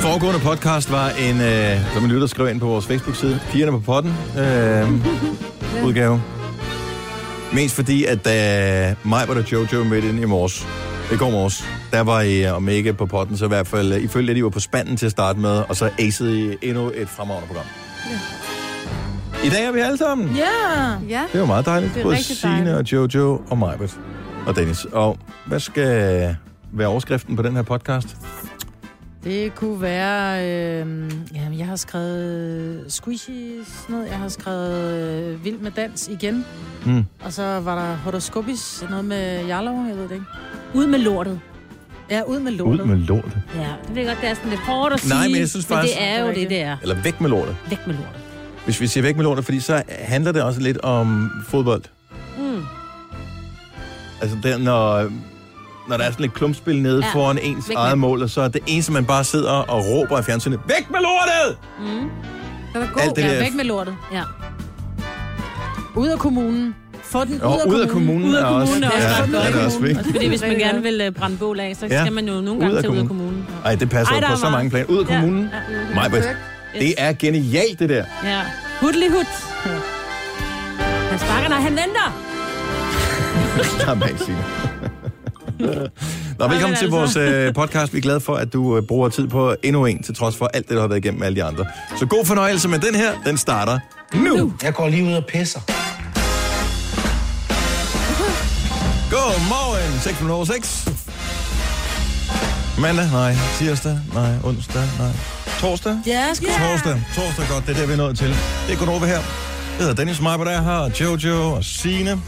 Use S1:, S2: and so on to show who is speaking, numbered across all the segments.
S1: foregående podcast var en, øh, som en lytter skrev ind på vores Facebook-side, Pigerne på potten øh, udgave. Mest fordi, at øh, da Majbert og Jojo mødte ind i morges, i går morges, der var I, øh, om ikke på potten, så i hvert fald, øh, I følte lidt, I var på spanden til at starte med, og så acede I endnu et fremragende program. I dag er vi alle sammen.
S2: Ja!
S3: Ja.
S1: Det var meget dejligt.
S3: Det er
S1: Både
S3: rigtig
S1: Signe og
S3: dejligt.
S1: Jojo og Majbert og Dennis. Og hvad skal være overskriften på den her podcast?
S2: Det kunne være... Øh, jamen, jeg har skrevet squishies ned. Jeg har skrevet øh, Vild med dans igen.
S1: Hmm.
S2: Og så var der horoskopis, noget med Jarlov, jeg ved det ikke.
S4: Ud med lortet.
S2: Ja, ud med lortet.
S1: Ud med lortet.
S4: Ja, det ved jeg godt, det er sådan lidt hårdt at sige.
S1: Nej, men jeg synes faktisk-
S4: Men det er jo det, det er.
S1: Eller væk med lortet.
S4: Væk med lortet.
S1: Hvis vi siger væk med lortet, fordi så handler det også lidt om fodbold.
S4: Mm.
S1: Altså der, når, når der er sådan lidt klumpspil nede ja.
S4: Ja.
S1: foran ens
S4: Væk med-
S1: eget mål, og så er det eneste, man bare sidder og råber af fjernsynet, væk med lortet!
S4: Mm.
S3: Det var
S1: Alt
S3: god.
S1: det
S2: Ja,
S1: der
S2: væk med lortet.
S4: Ja.
S2: Ud af kommunen. Få den ud,
S1: Og
S2: af,
S1: ud af
S2: kommunen.
S1: kommunen
S4: Ud af
S1: er også,
S4: kommunen er også
S1: ja,
S4: ret
S1: det er
S4: godt.
S1: det også vigtigt.
S4: Også fordi hvis man
S3: Rigtig
S4: gerne
S3: godt.
S4: vil øh, brænde bål af, så
S1: Ja.
S4: skal man jo nogle
S1: Ud
S4: gange
S1: af
S4: til ud af
S1: kommunen.
S4: kommunen.
S1: Ej, det passer Ej,
S4: Ej, der
S1: på
S4: er
S1: så
S4: meget.
S1: mange planer. Ud af kommunen.
S4: Ja.
S1: Mig,
S4: Yes.
S1: det er genialt, det der.
S4: Ja. Hudlihut. Han sparker, nej, han venter.
S1: Slap af, Signe. Nå, velkommen til vores øh, podcast. Vi er glade for, at du øh, bruger tid på endnu en, til trods for alt det, du har været igennem med alle de andre. Så god fornøjelse med den her. Den starter nu. nu.
S5: Jeg går lige ud og pisser.
S1: Godmorgen, 606. Mandag, nej. Tirsdag, nej. Onsdag, nej. Torsdag?
S2: Ja, sgu. Yeah.
S1: Torsdag. Torsdag godt, det er det, vi er nået til. Det er Gunova her. Jeg hedder Dennis Marbert, der er her, og Jojo og Signe.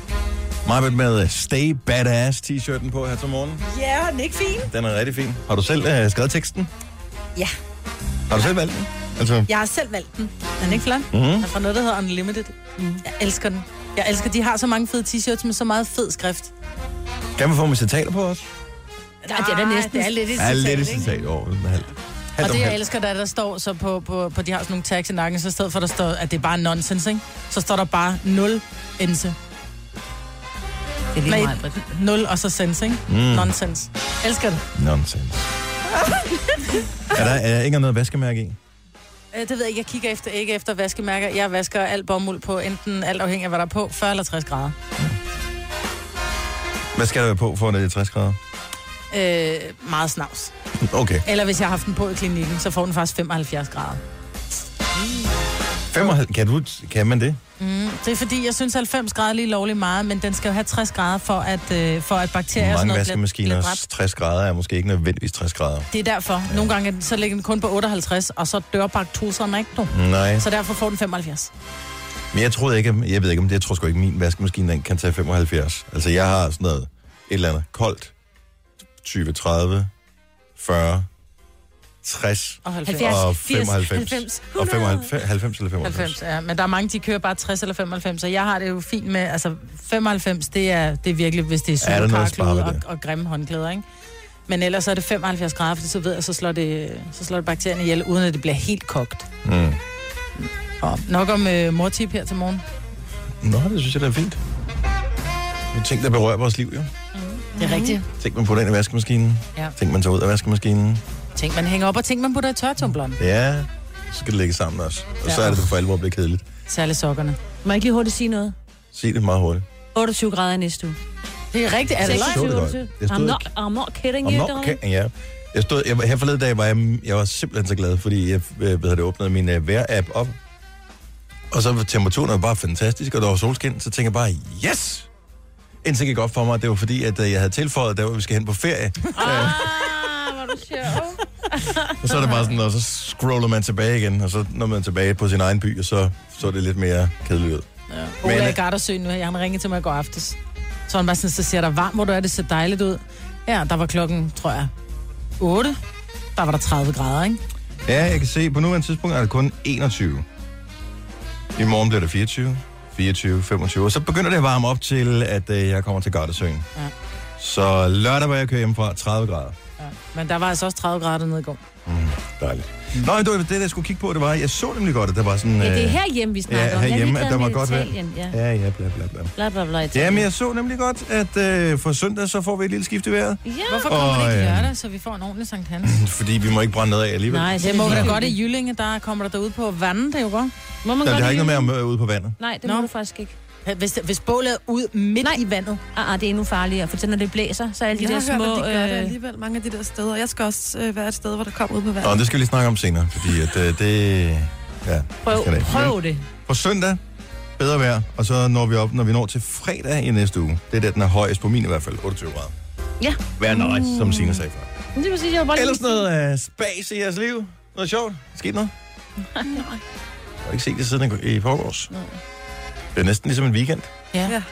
S1: Marbert med øh, Stay Badass t-shirten på her til morgen.
S6: Ja, og den er ikke fin.
S1: Den er rigtig fin. Har du selv øh, skrevet teksten?
S6: Ja.
S1: Har du selv valgt den? Altså,
S6: Jeg har selv valgt den. Er den ikke flot?
S1: Mhm.
S6: Mm. Den er fra noget, der hedder Unlimited. Mm. Jeg elsker den. Jeg elsker, de har så mange fede t-shirts med så meget fed skrift.
S1: kan man få med citater på os?
S4: Ej, det er da næsten-
S6: det er lidt et
S1: Ja, lidt et
S6: citat, ikke?
S1: citat over. Halvt.
S6: Og
S1: Halvt om
S6: det, jeg
S1: halvt.
S6: elsker, der, der står så på, på, på, de har sådan nogle tags i nakken, så i stedet for, der står, at det er bare nonsens, ikke? Så står der bare 0 ense.
S4: Det er lige
S6: Nej.
S4: meget, Britt.
S6: 0 og så sense, ikke? Mm. Nonsens. Elsker den.
S1: Nonsense. er der er ikke noget vaskemærke i?
S6: Øh, Det ved jeg ikke. Jeg kigger efter, ikke efter vaskemærker. Jeg vasker alt bomuld på, enten alt afhængig af, hvad der er på, 40 eller 60 grader.
S1: Hvad skal der være på for, at det er 60 grader?
S6: Øh, meget snavs.
S1: Okay.
S6: Eller hvis jeg har haft den på i klinikken, så får den faktisk 75 grader.
S1: 55. Kan, du, kan man det?
S6: Mm. Det er fordi, jeg synes 90 grader er lige lovlig meget, men den skal jo have 60 grader for at, øh, for at bakterier og
S1: Mange
S6: sådan noget bliver, bliver
S1: vaskemaskiner,
S6: dræbt.
S1: 60 grader er måske ikke nødvendigvis 60 grader.
S6: Det er derfor. Nogle gange er den- så ligger den kun på 58, og så dør baktuserne ikke nu.
S1: Nej,
S6: Så derfor får den 75.
S1: men jeg troede ikke, jeg ved ikke om det, jeg tror sgu ikke, min vaskemaskine den kan tage 75. Altså jeg har sådan noget, et eller andet koldt, 20, 30, 40, 60,
S6: Og 90.
S4: 70.
S1: og
S4: 80,
S1: 95.
S4: 90,
S1: og
S4: 100.
S1: 95, 90 eller 95.
S6: 90, ja. Men der er mange, de kører bare 60 eller 95, så jeg har det jo fint med, altså 95, det er, det er virkelig, hvis det er
S1: Ja, der er noget at
S6: superkarklud
S1: spare ved
S6: og, og grimme håndklæder, ikke? Men ellers er det 75 grader, fordi så ved jeg, så slår det, så slår det bakterierne ihjel, uden at det bliver helt kogt.
S1: Mm.
S6: Og nok om øh, mortip her til morgen.
S1: Mhm. Mm. Nå, det synes jeg, det er fint. Det er ting, der berører vores liv, jo.
S6: Det er rigtigt.
S1: Tænk, man putter ind i vaskemaskinen.
S6: Ja.
S1: Tænk, man tager ud af vaskemaskinen.
S6: Ting, man hænger op, og ting, man putter i tørretumbleren.
S1: Ja, så skal det ligge sammen også. Og så
S6: Ja.
S1: er det for alvor blevet kedeligt.
S6: Særligt sokkerne.
S4: Må jeg ikke lige hurtigt sige noget?
S1: Sig det meget hurtigt.
S4: 28 grader i næste uge.
S6: Det er rigtigt. Er det
S1: Seks-
S6: løgn?
S1: det godt.
S4: 28.
S1: Jeg stod
S4: I'm
S1: ikke-
S4: not, I'm not kidding
S1: Om
S4: you,
S1: når
S4: darling.
S1: kan ja. Jeg stod, jeg, her forleden dag var jeg, jeg var simpelthen så glad, fordi jeg øh, hvad havde det, åbnede min uh, vejr-app op. Og så var temperaturen var bare fantastisk, og der var solskin, så tænkte jeg bare, yes! Indtil det gik op for mig, at det var fordi, at øh, jeg havde tilføjet, der hvor vi skal hen på ferie.
S4: Ah, hvor er du sjov.
S1: Og så er det bare sådan, og så scroller man tilbage igen, og så når man er tilbage på sin egen by, og så så er det lidt mere kedeligt ud.
S6: Ola
S1: Men-
S6: er i Gardersø nu. Han ringede til mig i går aftes. Så han bare sådan, så siger der varmt, hvor du er, det ser dejligt ud. Ja, der var klokken, tror jeg, 8. Der var der 30 grader, ikke?
S1: Ja, jeg kan se, på nuværende tidspunkt er det kun 21. I morgen bliver det 24, 24, 25, og så begynder det at varme op til, at øh, jeg kommer til Gardesøen. Ja.
S6: Ja.
S1: Så lørdag, hvor jeg kører hjemmefra, 30 grader.
S6: Men der var altså også 30 grader nede i går.
S1: Dejligt. Mm. Nå, men det, var det jeg skulle kigge på, det var, jeg så nemlig godt, at der var sådan...
S4: Ja, det er herhjemme, vi snakker
S1: Øh, ja,
S4: om. Jeg har lige
S1: herhjemme, at
S4: taget
S1: der var
S4: med
S1: godt vejr.
S4: Italien, Ja.
S1: Ja, ja, bla bla bla.
S4: Bla, bla, bla, Italien.
S1: Jamen, jeg så nemlig godt, at øh, for søndag, så får vi et lille skift i vejret.
S4: Ja.
S6: Hvorfor kommer
S1: Og,
S6: det ikke
S1: øh,
S6: lørdag, så vi får en ordentlig Sankt Hans?
S1: Fordi vi må ikke brænde noget af alligevel.
S4: Nej, så
S6: Det må vi Altså, da
S4: ligegyldigt.
S6: godt i Jyllinge, der kommer der derude på vandet, det er jo godt.
S4: Må man
S1: Der,
S4: godt
S1: det har
S4: i
S1: ikke noget
S4: Jylland?
S1: med om øh, ude på vandet.
S4: Nej, det
S6: Nå.
S4: må du faktisk ikke.
S6: Hvis, hvis bålet er ud midt Nej. i vandet.
S4: Ah, ah, det er endnu farligere, for når det blæser, så er alle de
S3: Jeg
S4: der
S3: har hørt,
S4: små...
S3: at de gør det
S4: øh,
S3: alligevel, mange af de der steder. Jeg skal også øh, være et sted, hvor der kommer ud på
S1: Nå,
S3: vandet.
S1: det skal vi lige snakke om senere, fordi at, øh, det... Ja,
S4: prøv,
S1: det skal det ikke.
S4: prøv det.
S1: På søndag, bedre vejr, og så når vi op, når vi når til fredag i næste uge. Det er der, den er højest på min i hvert fald, 28 grader.
S4: Ja.
S1: Vær nice, som Signe sagde før.
S4: Men Det er præcis, jeg var bare
S1: Ellers noget øh, spas i jeres liv? Noget sjovt? Sket noget? Nej. Jeg har ikke set det siden i forgårs.
S4: Nej.
S1: Det er næsten ligesom en weekend.
S4: Jeg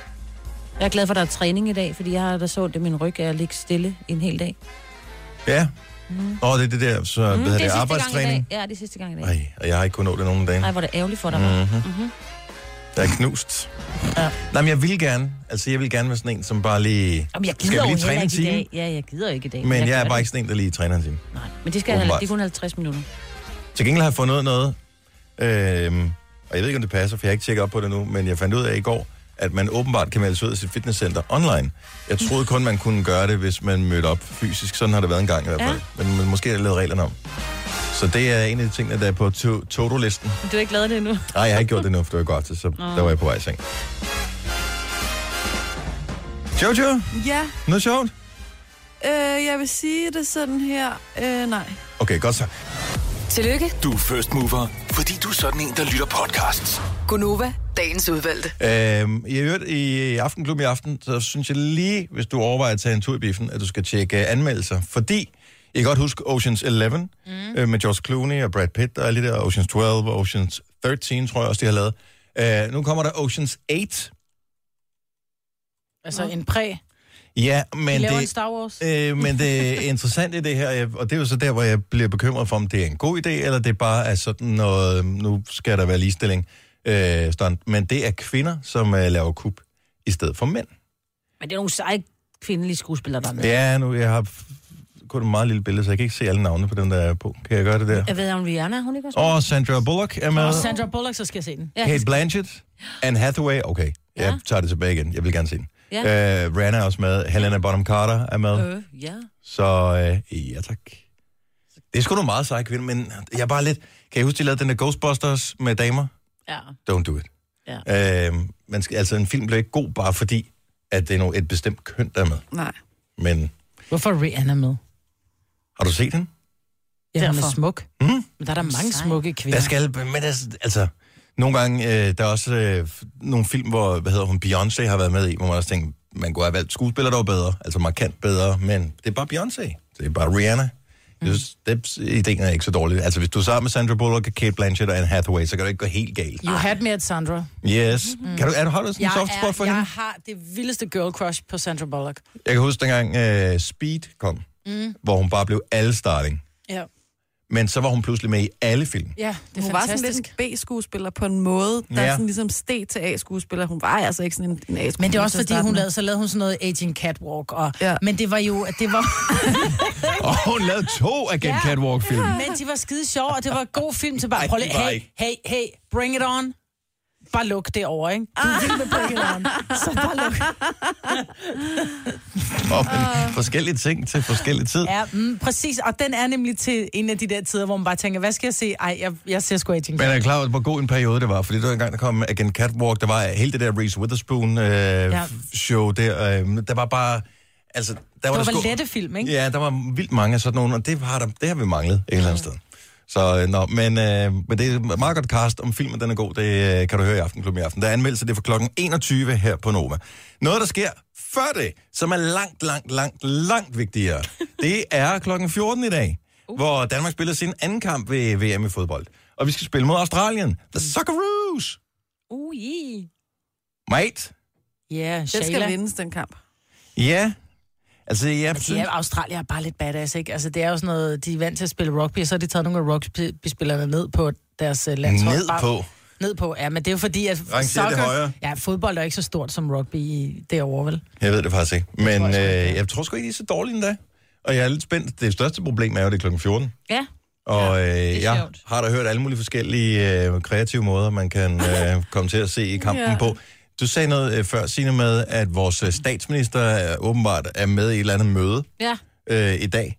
S4: er glad for, at der er træning i dag, fordi jeg har da så det i min ryg, at jeg ligger stille i en hel dag.
S1: Ja. Mm. Åh, det er det der, så mm. hvad hedder det,
S4: sidste
S1: arbejdstræning.
S4: Gang i dag. Ja, det er sidste gang i dag.
S1: Nej, og jeg har ikke kunnet nå det nogen dage.
S4: Nej, hvor er det ærgerligt for dig. Mm.
S1: Mm-hmm. Mm-hmm. Der er knust. Ja. Nej, men jeg vil gerne. Altså, jeg vil gerne være sådan en, som bare lige...
S4: Jamen, jeg
S1: Skal vi
S4: gider jo
S1: lige
S4: heller
S1: træne en
S4: ikke i
S1: time?
S4: dag. Ja, jeg gider jo ikke i dag.
S1: Men jeg er
S4: gør
S1: bare
S4: det.
S1: ikke sådan en, der lige træner en time.
S4: Nej, men det, skal jeg,
S1: Åbenbart.
S4: det er kun 50 minutter.
S1: Til gengæld har jeg fundet noget. Øhm, og jeg ved ikke, om det passer, for jeg har ikke tjekket op på det nu, men jeg fandt ud af i går, at man åbenbart kan melde sig ud af sit fitnesscenter online. Jeg troede kun, man kunne gøre det, hvis man mødte op fysisk. Sådan har det været en gang i hvert fald. Ja. Men måske har jeg lavet reglerne om. Så det er en af de ting, der er på to- to-do-listen.
S4: Du har ikke lavet det endnu.
S1: Nej, jeg har ikke gjort det nu, for det var godt til, så der var jeg på vej i seng. Jojo,
S3: Ja,
S1: noget sjovt?
S3: øh, jeg vil sige det sådan her. Øh, nej.
S1: Okay, godt så.
S5: Tillykke,
S7: Du er first mover, fordi du er sådan en, der lytter podcasts.
S5: Gunova, dagens udvalgte.
S1: Øhm, I øvrigt, i Aftenklub i aften, så synes jeg lige, hvis du overvejer at tage en tur i biffen, at du skal tjekke øh, anmeldelser, fordi jeg kan godt huske Ocean's 11 mm. øh, med George Clooney og Brad Pitt og alle de der Ocean's 12 og Ocean's 13, tror jeg også, de har lavet. Øh, nu kommer der Ocean's 8.
S6: Altså en præg.
S1: Ja,
S6: Vi
S1: men
S6: laver en
S1: det,
S6: Star Wars.
S1: øh, men det interessante i det her, jeg- og det er jo så der, hvor jeg bliver bekymret for, om det er en god idé, eller det bare er sådan noget, øhm, nu skal der være ligestilling, øh, stunt. men det er kvinder, som øh, laver kub i stedet for mænd.
S4: Men det er nogle seje kvindelige skuespillere, der er med.
S1: Ja, nu jeg har f- kun et meget lille billede, så jeg kan ikke se alle navne på dem, der er på. Kan jeg gøre det der?
S4: Jeg ved, om Rihanna, er hun ikke også?
S1: Og Sandra Bullock er med.
S6: Og Sandra Bullock, så skal jeg se den.
S4: ja,
S1: Kate Blanchett. Anne Hathaway. Okay, jeg
S4: Ja.
S1: tager det tilbage igen. Jeg vil gerne se den.
S4: Ja.
S1: Øh, Rihanna er også med. Helena Bonham Carter er med.
S4: øh, ja.
S1: Så øh, ja, tak. Det er sgu nogle meget seje kvinder, men jeg er bare lidt... Kan I huske, de lavede den der Ghostbusters med damer?
S4: ja.
S1: Don't do it. Ja. Øh, man skal, altså, en film bliver ikke god, bare fordi, at det er no, et bestemt køn, der er med.
S3: Nej.
S1: Men
S6: Hvorfor er Rihanna med?
S1: har du set den?
S6: Ja, hun er
S4: Derfor.
S6: smuk.
S1: Mm?
S6: Men der er der mange
S4: Sej.
S6: smukke kvinder.
S1: Der skal, men altså, altså nogle gange, øh, der er også øh, nogle film, hvor, hvad hedder hun, Beyoncé har været med i, hvor man også tænker, man kunne have valgt skuespillere, der var bedre, altså markant bedre, men det er bare Beyoncé, det er bare Rihanna. Mm. Jeg synes, det, ideen er ikke så dårlig. Altså, hvis du er sammen med Sandra Bullock, Kate Blanchett og Anne Hathaway, så kan det ikke gå helt galt.
S6: You had me at Sandra.
S1: Yes. Mm. Kan du, er du, har du sådan en soft spot for
S6: jeg
S1: hende?
S6: har det vildeste girl crush på Sandra Bullock.
S1: Jeg kan huske dengang øh, Speed kom, mm. hvor hun bare blev alle starting.
S6: Ja,
S1: Men så var hun pludselig med i alle film.
S6: ja det er
S3: Hun var sådan
S6: fantastisk.
S3: lidt en B-skuespiller på en måde, der
S1: Ja.
S3: ja. sådan ligesom steg til A-skuespiller. Hun var altså ikke sådan en, en A-skuespiller.
S6: Men det er også
S3: til at
S6: fordi,
S3: starte
S6: hun
S3: med.
S6: lavede, så lavede hun sådan noget aging catwalk. Og,
S3: Ja.
S6: Men det var jo, at det var...
S1: Og hun lavede to Agent
S6: Ja.
S1: Catwalk-film.
S6: Men de var skide sjove, og det var en god film til bare...
S1: Ej,
S6: Prøv
S1: de
S6: lige,
S1: var
S6: hey,
S1: ikke.
S6: hey, hey, bring it on. Bare luk det over, ikke? Du er vild med bring it on. Så bare luk.
S1: Og men, forskellige ting til forskellige tid.
S6: Ah. Ja, mm, præcis. Og den er nemlig til en af de der tider, hvor man bare tænker, hvad skal jeg se? Ej, jeg, jeg ser sgu aging
S1: Men
S6: catwalk.
S1: er I klar over, hvor god en periode det var? Fordi det var en gang, der kom Agent Catwalk, der var hele det der Reese
S6: Ja.
S1: Witherspoon-show der. Øh, der var bare... Altså, der var, der
S6: Det var
S1: sgu-
S6: lette film, ikke?
S1: Ja, der var vildt mange af sådan nogle, og det har, der, det har vi manglet et eller andet sted. Så øh, nå, men, øh, men det er et meget godt cast om filmen, den er god, det øh, kan du høre i Aftenklubben i aften. Der er anmeldelse, det er for klokken 21 her på Nova. Noget, der sker før det, som er langt, langt, langt, langt vigtigere, det er klokken 14 i dag, uh. hvor Danmark spiller sin anden kamp ved VM i fodbold. Og vi skal spille mod Australien. The Socceroos!
S4: Ui.
S1: Mate?
S6: Ja,
S3: Den skal
S6: Shayla.
S3: vindes, den kamp.
S1: Ja. Altså, jeg
S6: Men de
S1: synes-
S6: er, Australien er bare lidt badass, ikke? Altså, det er jo sådan noget, de er vant til at spille rugby, og så har de taget nogle af rugby-spillerne ned på deres øh, landshold.
S1: ned
S6: Bare-
S1: på.
S6: Ned på, ja, men det er jo fordi, at
S1: Rangere det højere.
S6: Ja, fodbold er ikke så stort som rugby i- derovre, vel?
S1: Jeg ved det faktisk ikke. Men jeg tror, øh, jeg tror sgu ikke, de er så dårlige endda. Og jeg er lidt spændt. Det største problem er jo, at det er klokken 14.
S4: Ja.
S1: Og øh,
S4: er
S1: jeg
S4: sjovt.
S1: har da hørt alle mulige forskellige øh, kreative måder, man kan øh, komme til at se i kampen
S3: Ja.
S1: på. Du sagde noget øh, før, Signe, med, at vores øh, statsminister øh, åbenbart er med i et eller andet møde
S4: Ja,
S1: øh, i dag.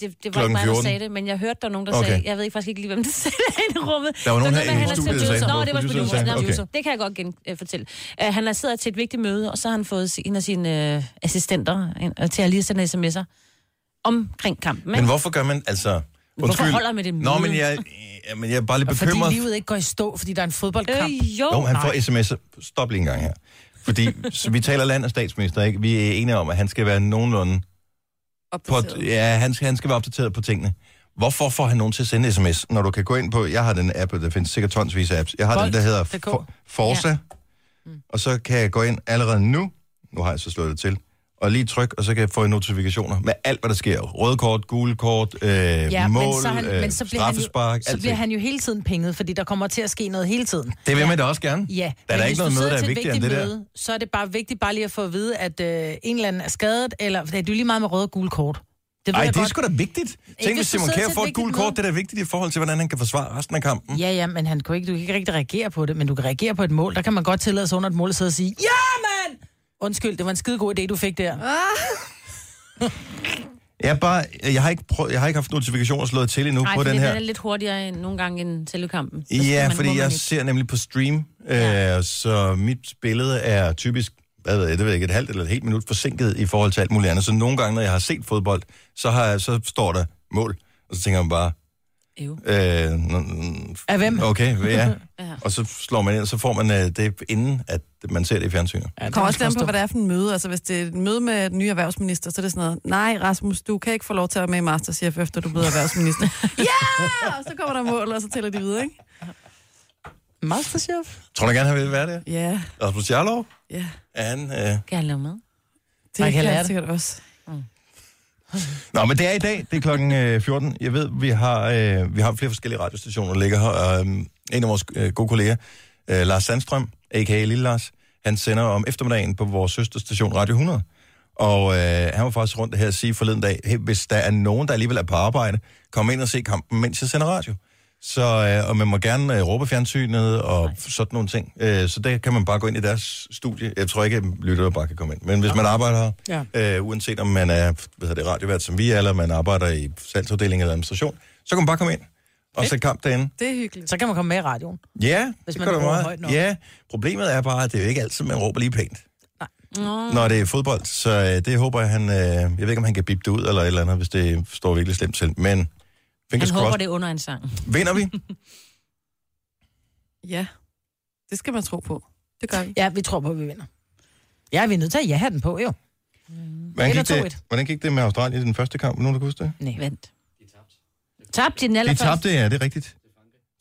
S4: det, det var
S1: Klokken
S4: ikke mig, der
S1: 14.
S4: sagde det, men jeg hørte, der var nogen, der
S1: Okay.
S4: okay. sagde, jeg ved ikke faktisk ikke lige, hvem der sagde det inde i rummet.
S1: Der var nogen
S4: Så
S1: her
S4: noget
S1: i
S4: med, han er
S1: studiet, der
S4: producer.
S1: sagde-
S4: Nå, det var
S1: Produceren
S4: produceren,
S1: sagde-
S4: der er
S1: okay.
S4: producer. Det kan jeg godt gen, øh, fortælle. Uh, han er sidder til et vigtigt møde, og så har han fået en af sine øh, assistenter ind, og til at lige sende sms'er omkring kampen.
S1: Men
S4: ikke?
S1: hvorfor gør man altså...
S4: holder man det
S1: Nå,
S4: møde?
S1: men jeg, øh, men jeg er bare lidt
S6: Fordi
S1: bekymret.
S6: livet ikke går i stå, fordi der er en fodboldkamp. Øh.
S4: Øh, jo,
S1: Jo, han får sms'er. Stop lige en gang her. Fordi så vi taler land og statsminister, ikke? Vi er enige om, at han skal være nogenlunde... På,
S3: Opdateret.
S1: ja, han, skal- han skal være opdateret på tingene. Hvorfor får han nogen til at sende sms, når du kan gå ind på... Jeg har den app, og der findes sikkert tonsvis af apps. Jeg har den, der hedder
S6: Bolt.dk.
S1: For, Forza. Ja. Og så kan jeg gå ind allerede nu. Nu har jeg så slået det til. Og lige tryk, og så kan jeg få notifikationer med alt, hvad der sker. Røde kort, gule kort, øh, ja, mål, men så han, øh, men så
S6: bliver han,
S1: straffespark,
S6: jo, så
S1: alt
S6: bliver
S1: det.
S6: han jo hele tiden pinget, fordi der kommer til at ske noget hele tiden.
S1: Det vil man da også gerne.
S6: Ja,
S1: der er
S6: men
S1: da
S6: hvis
S1: ikke noget
S6: du
S1: møde,
S6: sidder
S1: der er
S6: til et
S1: vigtigere end det
S6: vigtigt
S1: der.
S6: møde, Så er det bare vigtigt bare lige at få at vide, at øh, en eller anden er skadet, eller det er jo lige meget med røde og gule kort. Det ved
S1: Ej,
S6: jeg
S1: det er
S6: godt.
S1: sgu da vigtigt. Tænk, hvis
S6: hvis
S1: Simon
S6: du sidder
S1: Kjær
S6: til et
S1: får et
S6: vigtigt
S1: gult
S6: møde.
S1: kort, det er da vigtigt i forhold til, hvordan han kan forsvare resten af kampen.
S6: Ja, ja, men han kunne ikke, du kan ikke rigtig reagere på det, men du kan reagere på et mål. Der kan man godt tillade sig under et mål og sidde og sige, ja, mand! Undskyld, det var en skide god idé, du fik der.
S1: Jeg, er bare, jeg, har ikke prøv, jeg har ikke haft notifikationer slået til endnu
S4: Ej,
S1: på
S4: fordi
S1: den her.
S4: den er lidt hurtigere end nogle gange end selve kampen. Så skal
S1: Ja,
S4: man- må
S1: fordi
S4: man
S1: jeg
S4: ikke.
S1: ser nemlig på stream,
S4: Ja.
S1: øh, så mit billede er typisk, hvad ved jeg, det ved jeg ikke, et halvt eller et helt minut forsinket i forhold til alt muligt andet. Så nogle gange, når jeg har set fodbold, så, har jeg, så står der mål, og så tænker man bare...
S4: Ew.
S1: Øh, n- n-
S6: Af hvem?
S1: okay, ja.
S4: Ja.
S1: Og så slår man ind, og så får man øh, det, inden at man ser det i fjernsynet.
S6: Ja,
S3: Det kommer også an på, hvad det er for en møde. Altså, hvis det er et møde med den nye erhvervsminister, så er det sådan noget, nej, Rasmus, du kan ikke få lov til at være med i Masterchef, efter du er blevet erhvervsminister. ja! Og så kommer der mål, og så tæller de videre, ikke?
S6: Masterchef?
S1: Tror du gerne, han vil være det?
S3: Ja,
S1: Rasmus Jarlov?
S3: ja.
S1: Er han... Øh,
S4: Kan jeg lave med?
S3: Det
S6: Man kan
S3: kan, kan
S6: lære
S3: jeg
S6: det.
S3: sikkert også.
S1: Nå, men det er i dag. Det er klokken øh, 14. Jeg ved, vi har, øh, vi har flere forskellige radiostationer, der ligger her. Og, øh, en af vores øh, gode kolleger, øh, Lars Sandstrøm, a.k.a. Lille Lars, han sender om eftermiddagen på vores søsterstation Radio 100. Og øh, han var faktisk rundt her og sige forleden dag, hey, hvis der er nogen, der alligevel er på arbejde, kom ind og se kampen, mens jeg sender radio. Så, øh, og man må gerne øh, råbe fjernsynet og Nej. sådan nogle ting. Øh, så der kan man bare gå ind i deres studie. Jeg tror ikke, at lyttere bare kan komme ind. Men hvis man arbejder her,
S6: Ja.
S1: øh, uanset om man er hvad hedder det, radiovært som vi er, eller man arbejder i salgsafdelingen eller administration, så kan man bare komme ind og sætte kamp derinde.
S3: Det er hyggeligt.
S6: Så kan man komme med i radioen.
S1: Ja,
S6: Hvis
S1: det
S6: man
S1: gør det
S6: råber
S1: meget.
S6: højt nok.
S1: Ja, problemet er bare, at det er jo ikke altid, man råber lige pænt. Nej. Når det er fodbold, så øh, det håber jeg, han... Øh, jeg ved ikke, om han kan bippe det ud eller et eller andet, hvis det står virkelig slemt til. Men fingers
S4: Han håber,
S1: crossed.
S4: det er under en sang.
S1: Vinder vi?
S3: Ja, det skal man tro på. Det gør vi.
S6: Ja, vi tror på, at vi vinder. Ja, vi er nødt til at ja den på, jo.
S1: Hvordan
S6: Eller
S1: gik, det,
S6: 2-1.
S1: hvordan gik det med Australien i den første kamp? Nogen, der kan huske det?
S6: Nej.
S4: Vent. Tabte de den
S1: De
S4: allerførste?
S1: tabte, ja, det er rigtigt.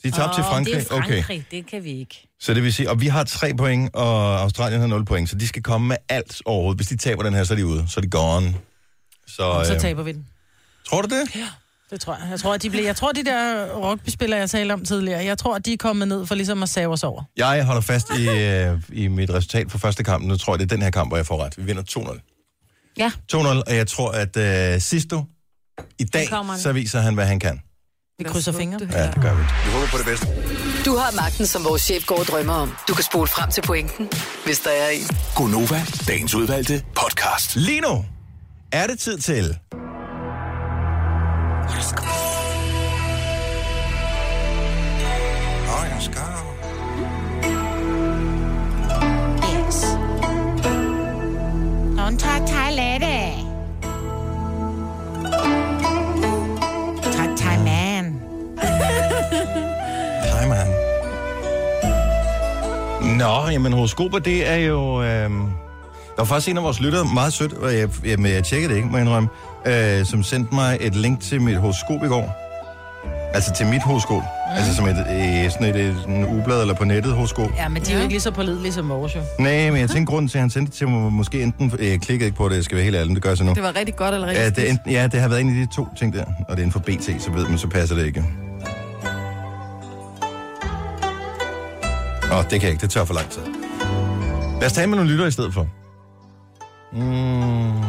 S1: De tabte til
S4: Åh,
S1: Frankrig.
S4: Det er Frankrig, okay. det kan vi ikke.
S1: Så det vil sige, og vi har tre point, og Australien har 0 point, så de skal komme med alt overhovedet. Hvis de taber den her, så er de ude. Så er de gone. Så,
S6: Så
S1: øh,
S6: taber vi den.
S1: tror du det?
S6: Det tror jeg. Jeg tror, at de, blev, jeg tror, de der rugbyspillere, jeg talte om tidligere, jeg tror, at de er kommet ned for ligesom at save os over.
S1: Jeg holder fast i, øh, i mit resultat for første kamp. Nu tror jeg, det er den her kamp, hvor jeg får ret. Vi vinder 2-0.
S4: Ja.
S1: 2-0, og jeg tror, at øh, Sisto i dag,
S4: kommer han.
S1: så viser han, hvad han kan.
S6: Vi krydser fingre.
S1: Ja, det gør vi. Vi håber på det bedste.
S5: Du har magten, som vores chef går og drømmer om. Du kan spole frem til pointen, hvis der er en.
S7: Gonova, dagens udvalgte podcast.
S1: Lige nu er det tid til...
S6: Tak, tak, man.
S1: Hej, man. Nå, jamen horoskoper, det er jo... Øh... Der var faktisk en af vores lyttere, meget sødt, og jeg, jamen, jeg tjekkede det ikke, må jeg indrømme, øh, som sendte mig et link til mit horoskop i går. Altså til mit horoskop. Mm. Altså som et, øh, sådan et, et sådan en ugeblad eller på nettet horoskop.
S6: Ja, men de er jo ikke lige så pålidelige som vores, jo.
S1: Nej, men jeg tænkte, grunden til, at han sendte det til mig, var måske enten... Øh, jeg klikkede ikke på det, jeg skal være helt ærlig, men det gør jeg så nu.
S3: Det var rigtig godt eller rigtig
S1: Ja,
S3: skidt.
S1: det, er enten, ja, det har været en af de to ting der. Og det er inden for BT, så ved man, så passer det ikke. Åh, det kan jeg ikke. Det tør for lang tid. Lad os tale med nogle lytter i stedet for. Mm.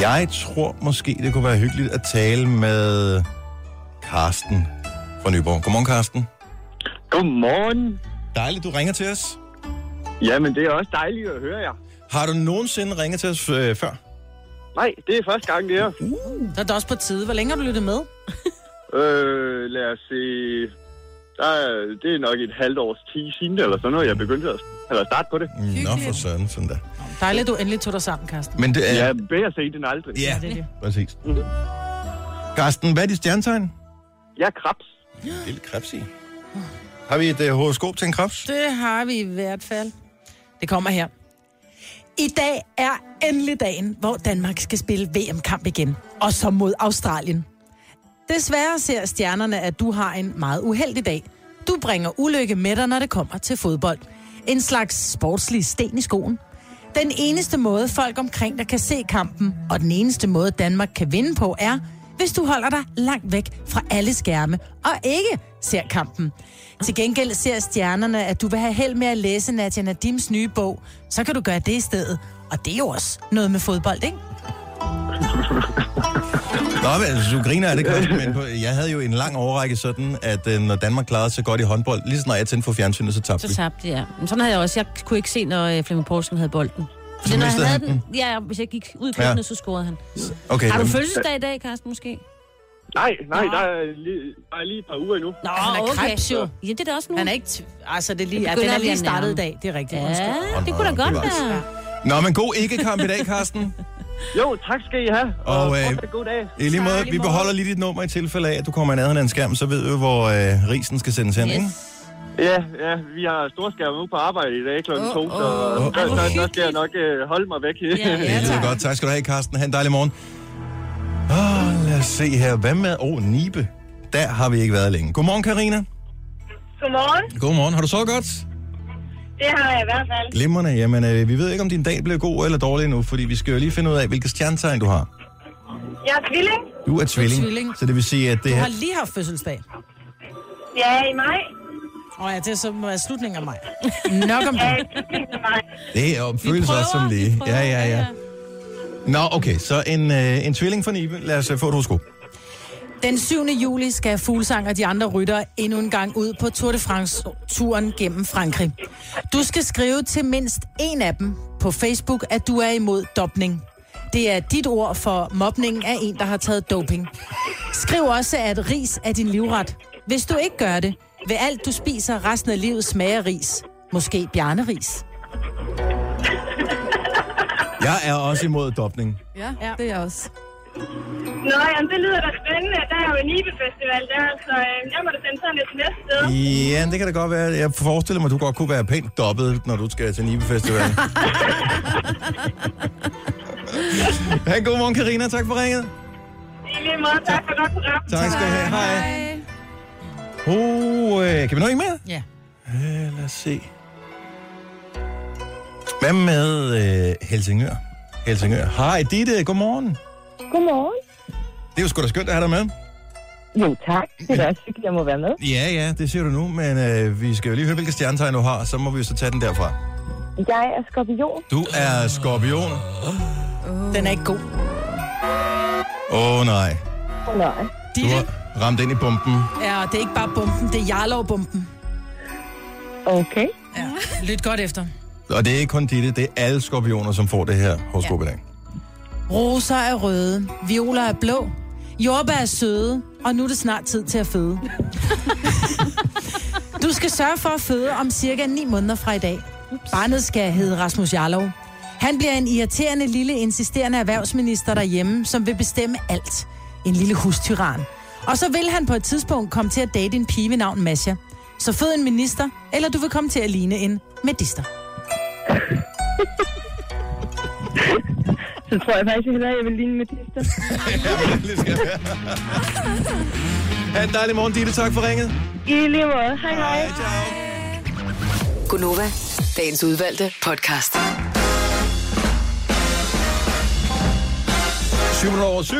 S1: Jeg tror måske, det kunne være hyggeligt at tale med Karsten fra Nyborg. Godmorgen, Karsten.
S8: Godmorgen.
S1: Dejligt, du ringer til os.
S8: Jamen, det er også dejligt at høre jer.
S1: Har du nogensinde ringet til os øh, før?
S8: Nej, det er første gang, det er.
S6: Så er det også på tide. Hvor længe har du lyttet med?
S8: Øh, lad os se. Der er, det er nok et halvt års tid siden, eller sådan noget, jeg begyndte at eller starte på det.
S1: Nå, for søren, sådan der.
S6: Dejligt, du endelig tog dig sammen, Karsten.
S1: Men det er...
S8: Ja, bedre sent end aldrig.
S1: ja
S6: Det er det.
S1: præcis. Karsten, hvad er dit stjernetegn?
S8: Jeg er krebs.
S1: Lille krebs i. Har vi et øh, horoskop til en krebs?
S6: Det har vi i hvert fald. Det kommer her. I dag er endelig dagen, hvor Danmark skal spille VM-kamp igen. Og så mod Australien. Desværre ser stjernerne, at du har en meget uheldig dag. Du bringer ulykke med dig, når det kommer til fodbold. En slags sportslig sten i skoen. Den eneste måde, folk omkring dig kan se kampen, og den eneste måde, Danmark kan vinde på, er, hvis du holder dig langt væk fra alle skærme og ikke ser kampen. Til gengæld ser stjernerne, at du vil have held med at læse Nadia Nadims nye bog. Så kan du gøre det i stedet. Og det er jo også noget med fodbold, ikke?
S1: Nå, men altså, du griner af det, Karsten, men på, jeg havde jo en lang overrække sådan, at øh, når Danmark klarede sig godt i håndbold, lige så når jeg tændte for fjernsynet, så tabte vi.
S4: Så tabte jeg. Men sådan havde jeg også. Jeg kunne ikke se, når øh, Flemming Poulsen havde bolden. Fordi når
S1: mistede
S4: han havde
S1: han
S4: den, ja, hvis jeg gik ud i køkkenet,
S1: Ja.
S4: ja. så scorede han.
S1: Okay,
S4: Har du
S1: øhm,
S4: fødselsdag i dag, Karsten, måske?
S8: Nej, nej, der er, lige, der er lige et par uger endnu.
S4: Nå,
S6: Han er krebs, jo.
S4: Ja, det er da også nu.
S6: Han er ikke... T- altså, det er lige,
S4: Det
S6: ja, den
S4: begynder
S6: er
S4: lige
S6: lige
S4: at
S6: startet i
S4: nærme.
S6: dag. Det er rigtigt. undskyld.
S4: Ja,
S1: Åh,
S4: det kunne da
S1: nå,
S4: godt
S1: bevares.
S4: være.
S1: Nå, men god ikke-kamp i dag, Karsten.
S8: Jo, tak skal I have. Og,
S1: Og,
S8: og
S1: øh,
S8: øh, god dag.
S1: I lige måde, vi beholder lige dit nummer i tilfælde af, at du kommer i nærheden af en skærm, så ved vi, hvor øh, risen skal sendes hen, yes. ikke?
S8: Ja, ja, vi har storskærm ude på arbejde i dag kl. 2, oh, oh, så
S4: åh.
S8: oh,
S4: Ej, hvor
S8: så, så skal jeg
S4: hyggeligt.
S8: nok øh, holde mig væk.
S4: Ja,
S1: Det
S4: ja.
S1: lyder godt. Tak skal du have, Karsten. Ha' en dejlig morgen. Oh, lad os se her. Hvad med... Åh, oh, Nibe. Der har vi ikke været længe. Godmorgen, Karina.
S9: Godmorgen.
S1: Godmorgen. Har du sovet godt?
S9: Det har jeg i hvert fald.
S1: Glimrende. Jamen, øh, vi ved ikke, om din dag bliver god eller dårlig nu, fordi vi skal jo lige finde ud af, hvilket stjernetegn du har.
S9: Jeg er tvilling.
S1: Du er tvilling,
S6: tvilling.
S1: så det vil sige, at det
S6: Du
S1: her...
S6: har lige haft fødselsdag.
S9: Ja, i maj.
S6: Og ja, det er så må være slutningen af mig. Nok om
S9: Ja,
S6: det.
S9: i slutningen af maj.
S1: Det er føles også som lige. Ja, ja, ja. Nå, okay, så en, øh, en tvilling for Nibe. Lad os øh, få et horoskop.
S6: Den 7. juli skal Fuglsang og de andre ryttere endnu en gang ud på Tour de France-turen gennem Frankrig. Du skal skrive til mindst en af dem på Facebook, at du er imod dopning. Det er dit ord for mobningen af en, der har taget doping. Skriv også, at ris er din livret. Hvis du ikke gør det, vil alt du spiser resten af livet smage af ris. Måske bjerneris.
S1: Jeg er også imod dopning.
S3: Ja, ja, det er jeg også.
S9: Nå, jamen, det lyder da spændende. Der er jo en IBE-festival der, så øh, jeg må da sende sådan et næste sted.
S1: Ja, det kan da godt være. Jeg forestiller mig, at du godt kunne være pænt dobbet, når du skal til Nibe Festival. ha' en god morgen, Karina. Tak for ringet.
S9: I lige måde, tak for godt program.
S1: Tak skal du have. Hej. Oh, øh, kan vi nå en mere?
S6: Ja.
S1: Øh, lad os se. Hvad med øh, Helsingør? Helsingør. Hej, Ditte. Godmorgen.
S10: Godmorgen.
S1: Det er jo sgu da skønt at have dig med.
S10: Jo, tak. Det er da også hyggeligt, jeg må være med.
S1: Ja, ja, det siger du nu, men øh, vi skal jo lige høre, hvilke stjernetegn du har, så må vi jo så tage den derfra.
S10: Jeg er skorpion.
S1: Du er skorpion.
S6: Den er ikke god.
S1: Åh oh, nej,
S10: Oh, nej.
S1: du har ramt ind i bomben.
S6: Ja, og det er ikke bare bomben, det er Jarlov-bomben.
S10: Okay.
S6: Ja. Lyt godt efter.
S1: Og det er ikke kun Ditte, det er alle skorpioner, som får det her horoskop i dag.
S6: Roser er røde, violer er blå, jordbær er søde, og nu er det snart tid til at føde. du skal sørge for at føde om cirka 9 måneder fra i dag. Barnet skal hedde Rasmus Jarlov. Han bliver en irriterende lille insisterende erhvervsminister derhjemme, som vil bestemme alt. En lille hustyran. Og så vil han på et tidspunkt komme til at date en pige ved navn Masha. Så fød en minister, eller du vil komme til at ligne en medister.
S10: Så tror jeg faktisk heller, at jeg vil ligne med det.
S1: Ha' en dejlig morgen, Ditte. Tak for ringet.
S10: I lige måde. Hej, hej.
S5: Gunova, dagens udvalgte podcast.
S1: 7 over 7.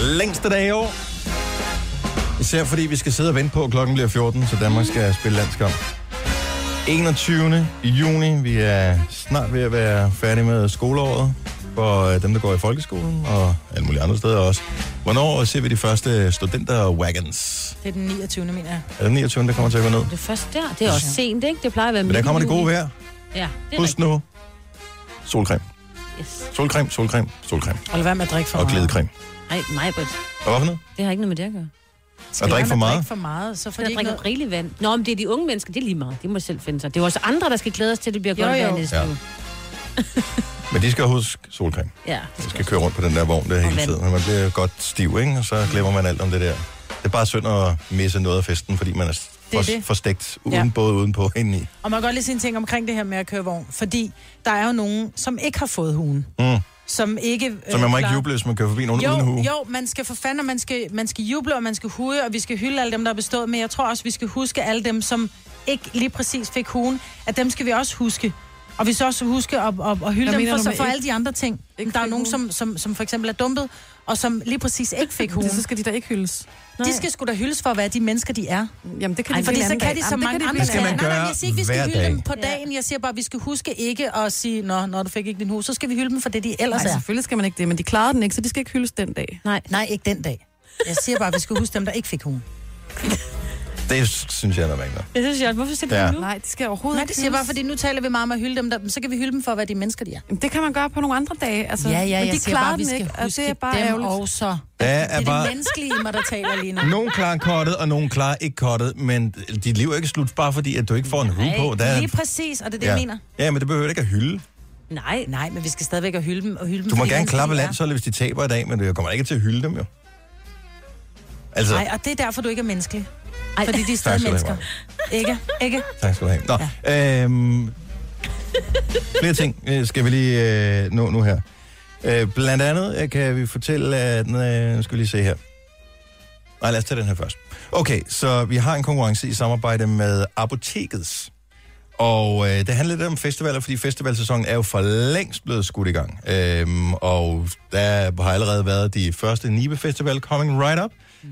S1: Længste dag i år. Især fordi vi skal sidde og vente på, at klokken bliver 14, så Danmark skal spille landskamp. 21. juni. Vi er snart ved at være færdige med skoleåret. for øh, dem, der går i folkeskolen og alle mulige andre steder også. Hvornår ser vi de første studenterwagons?
S6: Det er den 29. mener jeg.
S1: Er det den 29. der kommer til at gå ned?
S4: Det første der, det er også sent, ikke? Det plejer at være
S1: Men der
S4: midt i
S1: kommer det gode
S4: juni.
S1: vejr.
S4: Ja, det er
S1: Husk
S4: rigtigt.
S1: nu. Solcreme.
S4: Yes.
S1: Solcreme, solcreme, solcreme.
S6: Og lad være med at drikke for
S1: Og
S6: meget.
S1: glidecreme.
S4: Ej, mig, but.
S1: Og hvad for noget?
S4: Det har ikke noget med det at gøre.
S1: Og drikke for meget.
S6: for meget, så får
S4: jeg drikker rigeligt vand. Nå, men det er de unge mennesker, det er lige meget. De må selv finde sig. Det er jo også andre, der skal glæde os til, at det bliver
S6: Jo,
S4: godt vejr
S6: jo.
S4: næste
S1: Ja.
S4: uge.
S1: Men de skal huske solcreme.
S4: Ja.
S1: Man skal køre rundt på den der vogn der hele
S4: vand.
S1: tiden. og Man bliver godt stiv, ikke? Og så glemmer man alt om det der. Det er bare synd at misse noget af festen, fordi man er
S6: Det
S1: for,
S6: er det.
S1: forstegt uden
S6: Ja.
S1: både udenpå indeni.
S6: Og man kan godt lige sige en ting omkring det her med at køre vogn, fordi der er jo nogen, som ikke har fået hugen.
S1: Mm.
S6: Som ikke... øh,
S1: Så man må ikke
S6: klarer-
S1: juble, hvis man kører forbi nogen uden
S6: Jo,
S1: hue.
S6: jo, man skal for fanden, og man skal, man skal juble, og man skal hude, og vi skal hylde alle dem, der er bestået. Men jeg tror også, vi skal huske alle dem, som ikke lige præcis fik hugen, at dem skal vi også huske. Og vi skal også huske at, at, at hylde
S3: Hvad
S6: dem
S3: mener
S6: for,
S3: du
S6: så
S3: med
S6: for
S3: ikke-
S6: alle de andre ting. Men der er
S3: fik
S6: nogen,
S3: hugen?
S6: som, som, som for eksempel er dumpet, og som lige præcis ikke fik hugen.
S3: Så skal de da ikke hyldes.
S6: De skal sgu da hyldes for at være de mennesker, de er.
S3: Jamen, det kan de
S6: Ej,
S3: blive
S6: fordi
S3: en
S6: så
S3: anden
S6: kan de
S3: dag.
S6: så
S3: Jamen, det
S6: mange
S3: kan de
S6: andre
S1: Det skal man
S6: Nej, nej,
S1: gøre
S6: jeg siger ikke, vi
S1: hver
S6: skal hylde
S1: dag.
S6: dem på dagen. Jeg siger bare, vi skal huske ikke at sige, nå, når du fik ikke din hus, så skal vi hylde dem for det, de ellers
S3: Nej,
S6: er.
S3: selvfølgelig skal man ikke det, men de klarede den ikke, så de skal ikke hyldes den dag.
S4: Nej,
S6: Nej, ikke den dag. Jeg siger bare, vi skal huske dem, der ikke fik hun.
S1: Det synes jeg, der mangler.
S4: det synes jeg også. Hvorfor skal du
S1: Ja.
S4: det nu?
S3: Nej, de skal overhovedet
S6: Nej,
S3: ikke
S6: det siger jeg bare,
S3: hyldes.
S6: fordi nu taler vi meget om at hylde dem, der, men så kan vi hylde dem for, hvad de mennesker, de er.
S3: Jamen, Det kan man gøre på nogle andre dage. Altså, men de klarede den ikke, og det er bare ærgerligt.
S6: også.
S1: Der er
S6: Det er
S1: bare
S6: det menneskelige i mig, der taler lige nu.
S1: nogen klarer kottet, og nogen klarer ikke kottet, men dit liv er ikke slut bare fordi, at du ikke får en hue på. Der er,
S6: Lige præcis, og det er det,
S1: ja.
S6: jeg mener.
S1: Ja, men det behøver du ikke at hylde.
S4: Nej.
S6: Nej, men vi skal stadigvæk at hylde dem. Og hylde dem
S1: Du må
S6: for de
S1: gerne
S6: mennesker,
S1: klappe
S6: de er.
S1: land, så hvis de taber i dag, men jeg kommer ikke til at hylde dem jo. Altså,
S6: Nej, og det er derfor, du ikke er menneskelig. Fordi de er
S1: Tak
S6: stadig
S1: skal du have,
S6: mennesker. Ikke? Ikke?
S1: tak skal du have. Nå, øhm, flere ting øh, skal vi lige øh, nå nu her. Øh, blandt andet øh, kan vi fortælle, at... Øh, nu skal vi lige se her. Nej, lad os tage den her først. Okay, så vi har en konkurrence i samarbejde med Apotekets. Og øh, det handler lidt om festivaler, fordi festivalsæsonen er jo for længst blevet skudt i gang. Øhm, og der har allerede været de første Nibe Festival coming right up.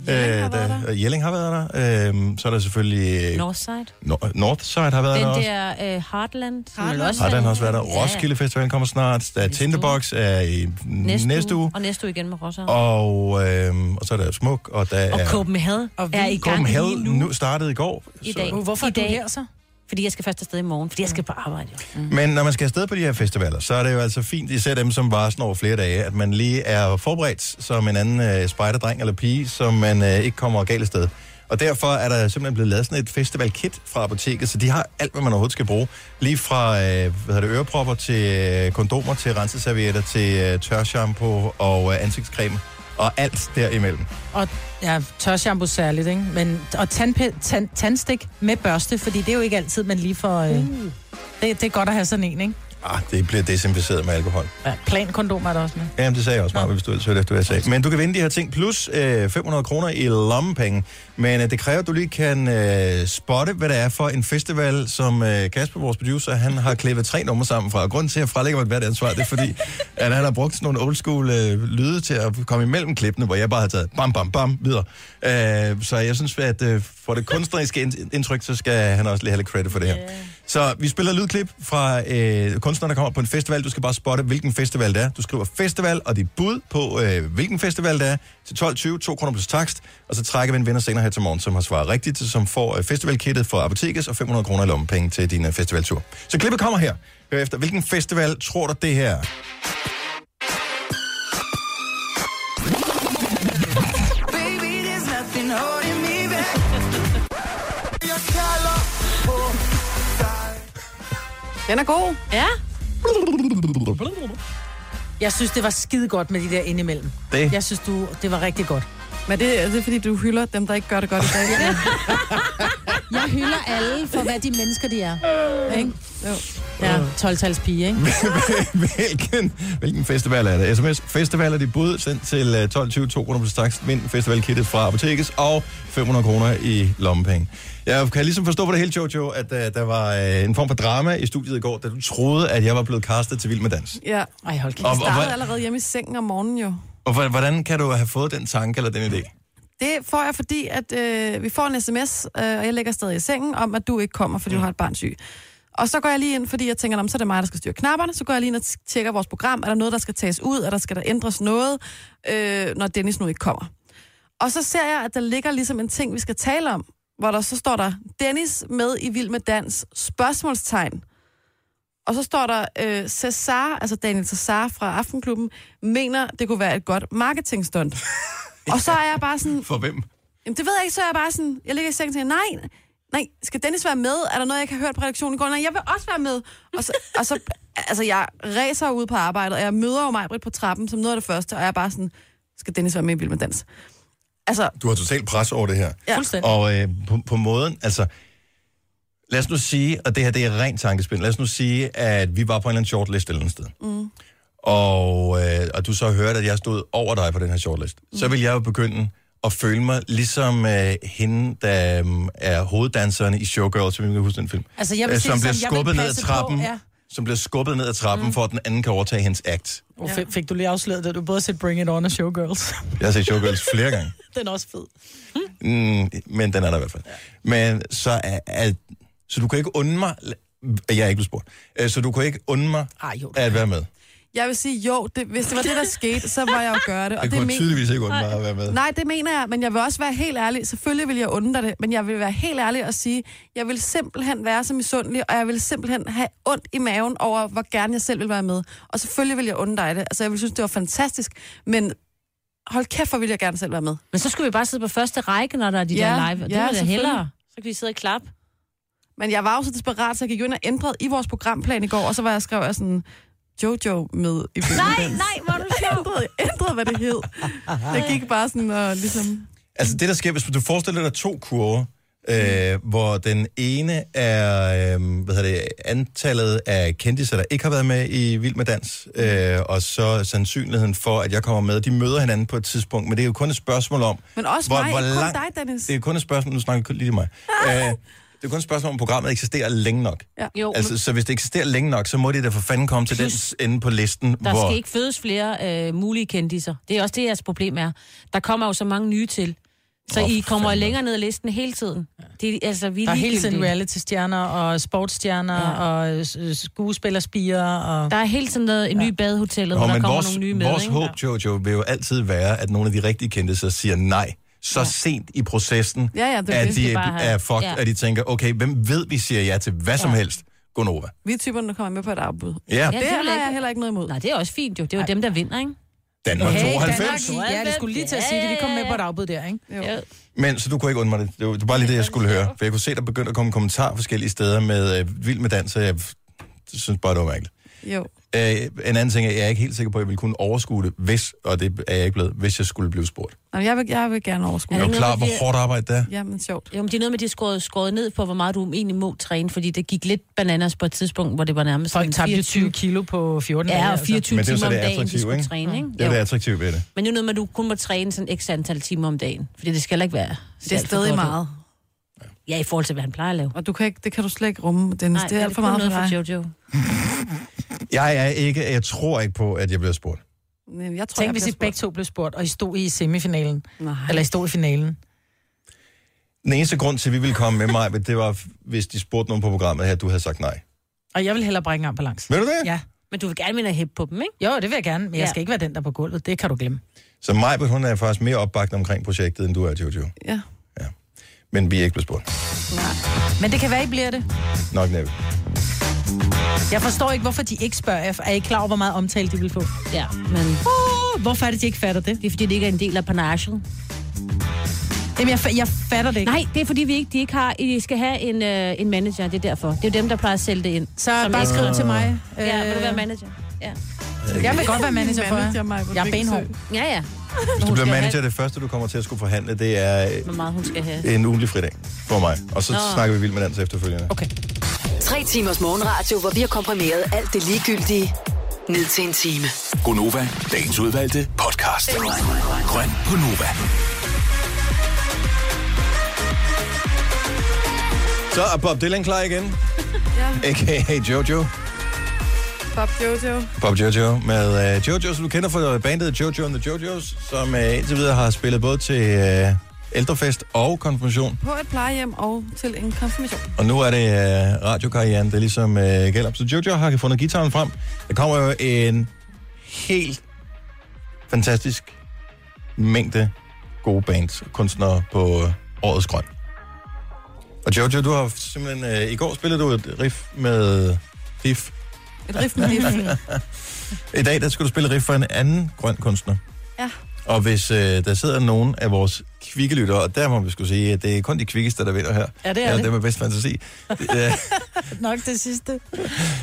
S1: Jelling har, været der. Jelling har været der. Øhm, så er der selvfølgelig... Nor-
S4: Northside.
S1: Northside har været
S4: Den
S1: der også.
S4: der øh, Heartland. som vel også
S1: Har den
S4: er-
S1: også været der?
S4: Ja.
S1: Roskilde Festivalen kommer snart. Der er
S4: Næste
S1: Tinderbox er i næste, næste uge.
S4: Og næste uge igen med Rosa. Og,
S1: Og, øhm, og så er der Smuk, og der
S4: og
S1: er...
S4: Copenhagen
S6: Og
S4: er i
S6: vi-
S4: gang lige
S1: Copenhagen
S4: nu,
S1: nu startede i går.
S4: i dag.
S6: Hvorfor
S4: I
S6: er du
S4: dag,
S6: her så?
S4: Fordi jeg skal først afsted i morgen, fordi jeg skal på arbejde. Jo.
S1: Men når man skal afsted på de her festivaler, så er det jo altså fint, især dem, som varer sådan over flere dage, at man lige er forberedt som en anden øh, spejderdreng eller pige, så man øh, ikke kommer galt afsted. Og derfor er der simpelthen blevet lavet sådan et festivalkit fra apoteket, så de har alt, hvad man overhovedet skal bruge. Lige fra øh, hvad hedder det, ørepropper til øh, kondomer, til renseservietter, til øh, tørshampoo og øh, ansigtscreme og alt derimellem.
S6: Og ja, tørshampoo særligt, ikke? Men, og tandp- tand- tandstik med børste, fordi det er jo ikke altid, man lige får... Øh, det, det er godt at have sådan en, ikke?
S1: Ah, det bliver desinficeret med alkohol.
S6: Ja, plankondom er der også med.
S1: Jamen, det sagde jeg også, Maja, hvis du ellers hørte efter, hvad jeg sagde. Men du kan vinde de her ting plus øh, 500 kroner i lommepenge. Men øh, det kræver, at du lige kan øh, spotte, hvad det er for en festival, som øh, Kasper, vores producer, han har klippet tre numre sammen fra. Og grunden til, at jeg frelægger mig et hvert ansvar, det er fordi, at han har brugt sådan nogle old school øh, lyde til at komme imellem klippene, hvor jeg bare har taget bam, bam, bam videre. Øh, så jeg synes, at øh, for det kunstneriske ind- indtryk, så skal han også lige have lidt credit for det her. Yeah. Så vi spiller lydklip fra øh, kunstnere, der kommer på en festival. Du skal bare spotte, hvilken festival det er. Du skriver festival og dit bud på, øh, hvilken festival det er, til 12.20, 2 kroner plus takst. Og så trækker vi en vinder senere her til morgen, som har svaret rigtigt, som får øh, festivalkittet fra Apotekes og 500 kroner i lommepenge til din øh, festivaltur. Så klippet kommer her. Hør efter, hvilken festival tror du det her? er?
S3: Den er god.
S4: Ja,
S6: Jeg synes, det var skide godt med de der indimellem.
S1: Det
S6: Jeg synes, du, det var rigtig godt.
S3: Men det, er- det er, fordi du hylder dem, der ikke gør det godt i dag. ja.
S6: Jeg hylder alle for, hvad de mennesker, de er. Ikke?
S3: Jo.
S6: Ja, 12-tals pige, ikke?
S1: hvilken, hvilken festival er det? SMS Festival er dit bud, sendt til øh, 12.20, 2 kroner på straks. Vind festivalkittet fra Apotekes og 500 kroner i lommepenge. Jeg kan ligesom forstå på det hele, Jojo, at uh, der var uh, en form for drama i studiet i går, da du troede, at jeg var blevet castet til Vild Med Dans.
S3: ja.
S6: Ej, hold kæft.
S1: Og, og,
S3: Jeg startede
S1: og,
S3: allerede hjemme i sengen om morgenen jo.
S1: og, hvor- hvordan kan du have fået den tanke eller den idé?
S3: Det får jeg, fordi at, øh, vi får en sms, øh, og jeg lægger stadig i sengen, om at du ikke kommer, fordi du har et barn syg. Og så går jeg lige ind, fordi jeg tænker, "Nå, men så er det mig, der skal styre knapperne. Så går jeg lige ind og t- tjekker vores program. Er der noget, der skal tages ud? Er der skal der ændres noget, øh, når Dennis nu ikke kommer? Og så ser jeg, at der ligger ligesom en ting, vi skal tale om, hvor der så står der, Dennis med i Vild med Dans, spørgsmålstegn. Og så står der, øh, Cesar, altså Daniel Cesar fra Aftenklubben, mener, det kunne være et godt marketingstunt. og så er jeg bare sådan,
S1: For hvem?
S3: Jamen, det ved jeg ikke, så er jeg bare sådan, jeg ligger i sengen og tænker, nej, nej, skal Dennis være med? Er der noget, jeg kan høre på redaktionen i går? Nej, jeg vil også være med. Og så, og så altså, jeg ræser ud på arbejdet, og jeg møder jo mig på trappen som noget af det første, og jeg er bare sådan, skal Dennis være med i Vild med Dans? Altså,
S1: Du har totalt pres over det her.
S3: Ja. Fuldstændig.
S1: Og øh, på, på måden, altså... Lad os nu sige, og det her det er rent tankespind, lad os nu sige, at vi var på en eller anden shortlist et eller andet sted.
S11: Mm.
S1: og, øh, og du så hørte, at jeg stod over dig på den her shortlist, mm. så vil jeg jo begynde at føle mig ligesom øh, hende, der øh, er hoveddanseren i Showgirls, som jeg kan huske den film,
S2: Altså, jeg vil
S1: Øh,
S2: sige
S1: som
S2: det
S1: bliver
S2: sådan, jeg vil
S1: skubbet ned ad
S2: passe på,
S1: trappen,
S2: ja.
S1: som bliver skubbet ned ad trappen, mm. for at den anden kan overtage hendes act.
S2: Oh, fik, fik du lige afsløret det? Du har både set Bring It On og Showgirls.
S1: Jeg har set Showgirls flere gange.
S2: den er også fed.
S1: Mm, men den er der i hvert fald. Men så, er, er, så du kan ikke undre mig... Jeg er ikke blevet spurgt. Øh, Så du kan ikke undre mig
S2: Ej, jo,
S1: at være med.
S3: jeg vil sige, jo, det, hvis det var det, der skete, så var jeg jo gøre det.
S1: Jeg kunne
S3: men-
S1: tydeligvis ikke undre mig at være med.
S3: Nej, det mener jeg, men jeg vil også være helt ærlig. Selvfølgelig vil jeg undre dig det, men jeg vil være helt ærlig og sige, jeg vil simpelthen være så misundelig, og jeg vil simpelthen have ondt i maven over, hvor gerne jeg selv vil være med. Og selvfølgelig vil jeg undre dig det. Altså, jeg vil synes, det var fantastisk, men hold kæft, hvor vil jeg gerne selv være med.
S4: Men så skulle vi bare sidde på første række, når der er de
S3: Ja,
S4: der live. Og det
S3: ja,
S4: var da
S3: selvfølgelig.
S4: hellere. Så kan vi sidde og klappe.
S3: Men jeg var jo så desperat, så jeg gik jo ind og ændrede i vores programplan i går, og så var jeg skrev jeg sådan, Jojo med i
S4: Nej, nej, hvor er du sjov.
S3: ændrede, ændrede, hvad det hed. Jeg gik bare sådan og ligesom...
S1: Altså det, der sker, hvis du forestiller dig to kurver, øh,
S3: Mm.
S1: hvor den ene er øh, hvad hedder det, antallet af kendtiser, der ikke har været med i Vild med Dans,
S3: Mm.
S1: øh, og så sandsynligheden for, at jeg kommer med. De møder hinanden på et tidspunkt, men det er jo kun et spørgsmål om...
S3: Men også mig, ikke kun dig, Dennis.
S1: Det er kun et spørgsmål, nu snakker jeg kun lige til mig. øh, det er kun et spørgsmål, om programmet eksisterer længe nok.
S3: Ja.
S4: Jo,
S1: Altså, så hvis det eksisterer længe nok, så må det da for fanden komme til den ende på listen,
S4: Der
S1: hvor...
S4: skal ikke fødes flere øh, mulige kendiser. Det er også det, jeres problem er. Der kommer jo så mange nye til. Så
S2: Åh,
S4: oh, I
S2: for
S4: kommer
S2: fanden.
S4: længere ned ad listen hele tiden. Det, er- altså, vi er
S2: Der er hele
S4: ligegyldige.
S2: tiden reality-stjerner og sportsstjerner ja. og øh, skuespillerspiger. Og...
S4: Der er hele tiden noget, en ny badehotel,
S1: Nå,
S4: hvor der
S1: men
S4: kommer
S1: vores,
S4: nogle nye med.
S1: vores
S4: ikke?
S1: håb, Jojo, vil jo altid være, at nogle af de rigtige kendte så siger nej så ja. sent i processen,
S3: Ja, ja, det er
S1: at
S3: det.
S1: de
S3: Det er
S1: er,
S3: bare-
S1: er fucked,
S3: ja.
S1: ja. at de tænker, okay, hvem ved, vi siger ja til hvad som
S3: Ja.
S1: helst? Gonova.
S3: Vi er typerne, der kommer med på et afbud.
S1: Ja. Ja,
S3: det,
S1: det
S3: det
S1: er
S3: har
S4: lækkert.
S3: jeg heller ikke noget imod.
S4: Nej, det er også fint jo. Det er jo dem, der vinder, ikke?
S1: Danmark
S4: Okay,
S1: okay,
S4: Danmark
S1: 92.
S4: i-
S2: Ja, det skulle lige til at sige det. Vi kom med på et afbud der, ikke?
S4: Jo.
S1: Men så du kunne ikke undre mig det. Det var det var bare lige det, jeg skulle høre. For jeg kunne se, der begyndte at komme kommentarer forskellige steder med øh, vild med dans, så jeg synes bare, det var mærkeligt.
S3: Jo.
S1: Øh, en anden ting er, at jeg er ikke helt sikker på, at jeg ville kunne overskue det, hvis, og det er jeg ikke blevet, hvis jeg skulle blive spurgt.
S3: Nå, jeg, vil, jeg vil gerne overskue.
S1: Er du klar, hvor hårdt arbejde det er?
S3: Jamen, sjovt.
S4: Jo, men det er noget med, at de er skåret, skåret ned på, hvor meget du egentlig må træne, fordi det gik lidt bananas på et tidspunkt, hvor det var nærmest
S2: Folk
S4: sådan
S2: tabte 20 kilo på 14 dage.
S4: Ja, og
S2: altså.
S4: 24
S1: Men det er jo så
S4: timer Mm. om
S1: det
S4: dagen, de
S1: attraktive,
S4: skulle
S1: ikke?
S4: træne, ikke?
S1: Det er jo det attraktive ved det.
S4: Men det er jo noget med, at du kun må træne sådan x antal timer om dagen. Fordi det skal heller ikke være...
S3: Det er stadig meget.
S4: Ja, i forhold til, hvad han plejer at lave.
S3: Og du kan ikke, det kan du slet ikke rumme, Dennis.
S4: Nej,
S3: det
S4: det
S3: er
S4: er
S3: alt for
S4: kun
S3: meget for
S4: noget
S3: dig.
S4: for Jojo.
S1: Jeg er ikke, jeg tror ikke på, at jeg bliver spurgt.
S3: Nej, Jeg tror,
S2: Tænk,
S3: jeg
S2: hvis I
S3: bliver
S2: begge to blev spurgt, og I stod i semifinalen.
S3: Nej.
S2: Eller I stod i finalen.
S1: Den eneste grund til, at vi ville komme med mig, det var, hvis de spurgte nogen på programmet her, at du havde sagt nej.
S2: Og jeg vil hellere bringe en balance.
S1: Vil du det?
S2: Ja.
S4: Men du vil gerne vinde hæppe på dem, ikke?
S2: Jo, det vil jeg gerne, men jeg
S4: Ja.
S2: skal ikke være den, der er på gulvet. Det kan du glemme.
S1: Så Majbert, hun er faktisk mere opbagt omkring projektet, end du er, Jojo.
S3: spurgt. Ja.
S1: Men vi er ikke blevet spurgt.
S2: Men det kan være, I bliver det.
S1: Nok næppe.
S2: Jeg forstår ikke, hvorfor de ikke spørger jer. Er I klar over, hvor meget omtale de vil få?
S4: Ja, men...
S2: Uh, hvorfor er det, de ikke fatter det?
S4: Det er, fordi det ikke er en del af panagen.
S2: Jamen, jeg, fa- jeg fatter det ikke.
S4: Nej, det er, fordi vi ikke, de ikke har... I skal have en, øh, en manager, det er derfor. Det er jo dem, der plejer at sælge det ind.
S2: Så bare skriv til mig. Øh,
S4: Ja, vil du være manager? Ja.
S2: Jeg vil godt være manager for
S3: Manager,
S2: jer.
S3: Maj-Brit
S2: Jeg er benhård.
S3: Vingsø.
S4: Ja, ja.
S1: Hvis du bliver manager, det første, du kommer til at skulle forhandle, det er øh,
S4: Hvor meget hun skal have.
S1: en ugentlig fridag for mig. Og så
S5: Nå.
S1: snakker vi vildt med dans efterfølgende.
S2: Okay.
S5: Tre timers morgenradio, hvor vi har komprimeret alt det ligegyldige ned til en time.
S7: Gonova, dagens udvalgte podcast. Grøn på Nova.
S1: Så er Bob Dylan klar igen,
S3: Ja,
S1: a.k.a. Jojo.
S3: Bob Jojo.
S1: Bob Jojo med øh, uh, Jojo, som du kender fra bandet Jojo and the Jojos, som uh, indtil videre har spillet både til uh, ældrefest og konfirmation.
S3: På et plejehjem og til en konfirmation.
S1: Og nu er det øh, radiokarrieren, det er ligesom øh, gælder. Så Jojo har fundet gitaren frem. Der kommer jo en helt fantastisk mængde gode bands og kunstnere på øh, årets grøn. Og Jojo, du har simpelthen... Øh, I går spillede du et riff med øh, Diff.
S3: Et riff med riff.
S1: I dag, der skal du spille riff for en anden grøn kunstner.
S3: Ja.
S1: Og hvis øh, der sidder nogen af vores kvikke lyttere, og der må vi skulle sige, at det er kun de kvikkeste, der vinder her.
S6: Ja, det er
S1: Eller
S6: det.
S1: dem med bedst fantasi. Det, øh,
S6: Nok det sidste.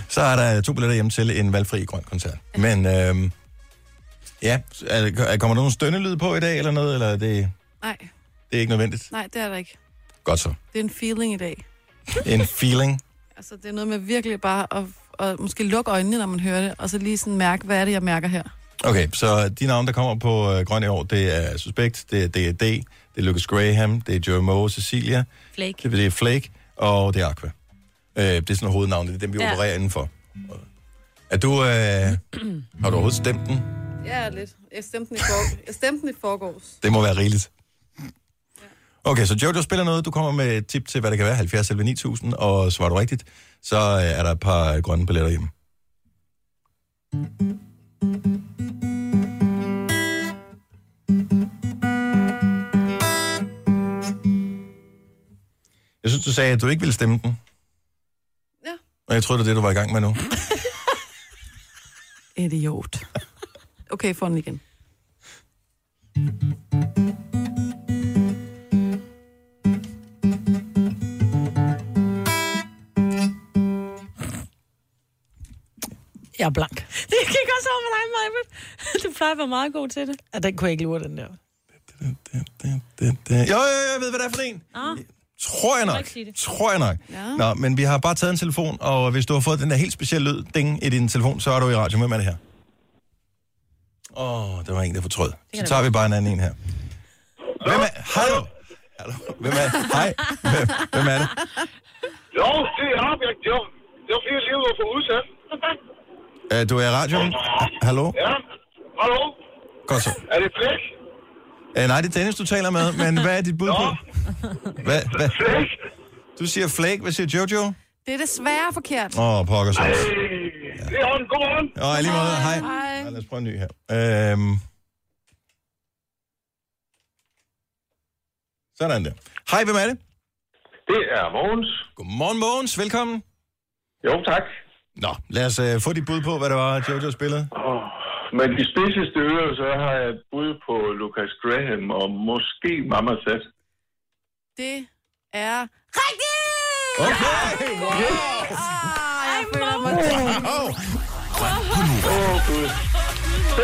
S1: så er der to billetter hjemme til en valgfri grøn koncert. Men øh, ja, er, er- kommer der nogen stønnelyd på i dag eller noget? Eller er det,
S3: Nej,
S1: det er ikke nødvendigt?
S3: nej, det er der ikke.
S1: Godt så.
S3: Det er en feeling i dag.
S1: En feeling.
S3: Altså, det er noget med virkelig bare at, at måske lukke øjnene, når man hører det, og så lige sådan mærke, hvad er det, jeg mærker her.
S1: Okay, så de navne, der kommer på øh, grøn i år, det er Suspekt, det er D&D, det er Lucas Graham, det er Joe Moe, Cecilia,
S4: Flake.
S1: det er Flake, og det er Aqua. Øh, det er sådan hovednavnet, det er dem, vi
S3: Ja.
S1: ja. opererer indenfor. Er du, øh, har du overhovedet stemt den?
S11: Ja, lidt. Jeg stemte den i, for... jeg stemte den i forgårs.
S1: Det må være rigeligt. Okay, så Jojo spiller noget. Du kommer med et tip til, hvad det kan være. 70 11 9000, og svarer du rigtigt, så øh, er der et par øh, grønne billetter hjemme. Jeg synes, du sagde, at du ikke ville stemme den.
S11: Ja.
S1: Og jeg troede, det var det, du var i gang med nu.
S3: Idiot. Okay, få den igen.
S6: Jeg er blank.
S4: Det gik også over med dig, Majbert. Du plejer at være meget god til det.
S6: Ja, den kunne jeg ikke lure, den der.
S1: Det, jo, jo, jo, jeg ved, hvad det er for en.
S4: Ah.
S1: Tror jeg
S4: Du må
S1: nok.
S4: ikke sige det.
S1: Tror jeg nok.
S4: Ja.
S1: Nå, men vi har bare taget en telefon, og hvis du har fået den der helt specielle lyd ding i din telefon, så er du i radio med med det her. Åh, oh, der var en, der fortrød. Så
S7: det
S1: tager vi bare en anden en her. Hvem er... Hallo? Hallo? Hvem er... Hej. Hvem, hvem er det?
S12: Jo, det er op. Jeg, jo, det var fordi, jeg lige var for udsat.
S1: Uh, du er i radioen? Ha- Hallo?
S12: ja. Hallo?
S1: Godt så.
S12: Er det Flæk?
S1: Uh, nej, det er Dennis, du taler med, men hvad er dit bud på? Hvad, hvad? Flake. Du siger Flake. Hvad siger Jojo? Åh,
S3: Det er desværre forkert.
S1: oh, pokker så.
S12: Det er en god hånd.
S1: Åh, oh, lige måde. Hej.
S3: Hej.
S1: Lad os prøve en ny her. Øhm. Sådan der. Hej, hvem er det?
S12: Det er Mogens.
S1: Godmorgen, Mogens. Velkommen.
S12: Jo, tak.
S1: Nå, lad os øh, få dit bud på, hvad det var, Jojo spillede.
S12: Oh, men de spidseste ører, så har jeg et bud på Lucas Graham og måske Mama Sat.
S3: Det er...
S1: Okay! Wow!
S3: Ah, jeg føler mig...
S12: Åh, Gud.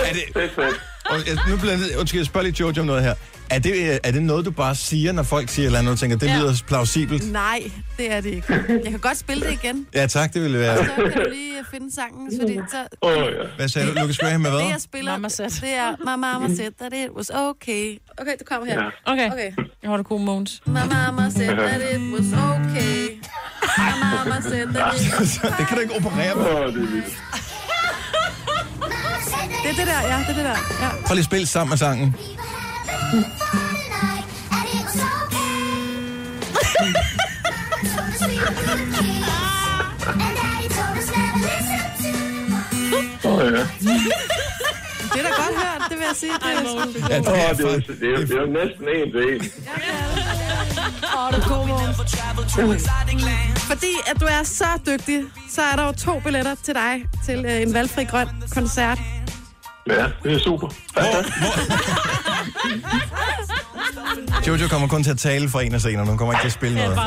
S1: Er det... Og, jeg, nu bliver jeg, nødt- undskyld, jeg spørger lige Jojo om noget her. Er det, øh, er det noget, du bare siger, når folk siger et eller andet, og du tænker, det
S3: Ja.
S1: lyder plausibelt?
S3: Nej, det er det ikke. Jeg kan godt spille det igen.
S1: Ja, tak, det ville være...
S3: Så kan du lige øh, finde sangen, fordi så...
S1: Hvad sagde du, Lucas Graham med hvad?
S3: Det, jeg spiller, mama det er My Mama Said That It Was Okay.
S11: Okay, det kommer her.
S1: Ja.
S4: Okay.
S11: okay.
S4: Jeg har det gode, Mogens.
S11: My mama said that it was okay. My mama said that it
S1: det kan du ikke operere på.
S3: Det er det der, ja, det er det der. Ja.
S1: Prøv lige at spille sammen med sangen.
S12: Åh, ja.
S3: Det er da godt hørt, det vil jeg sige. Det er,
S12: Åh, det, er, det, er, det, er, det er jo næsten en til en.
S3: Åh, du er god, Mogens. Mm. Fordi at du er så dygtig, så er der jo to billetter til dig til øh, en valgfri grøn koncert.
S12: Ja, det er super.
S1: Jojo kommer kun til at tale for en af scenerne. Hun kommer ikke til at spille noget.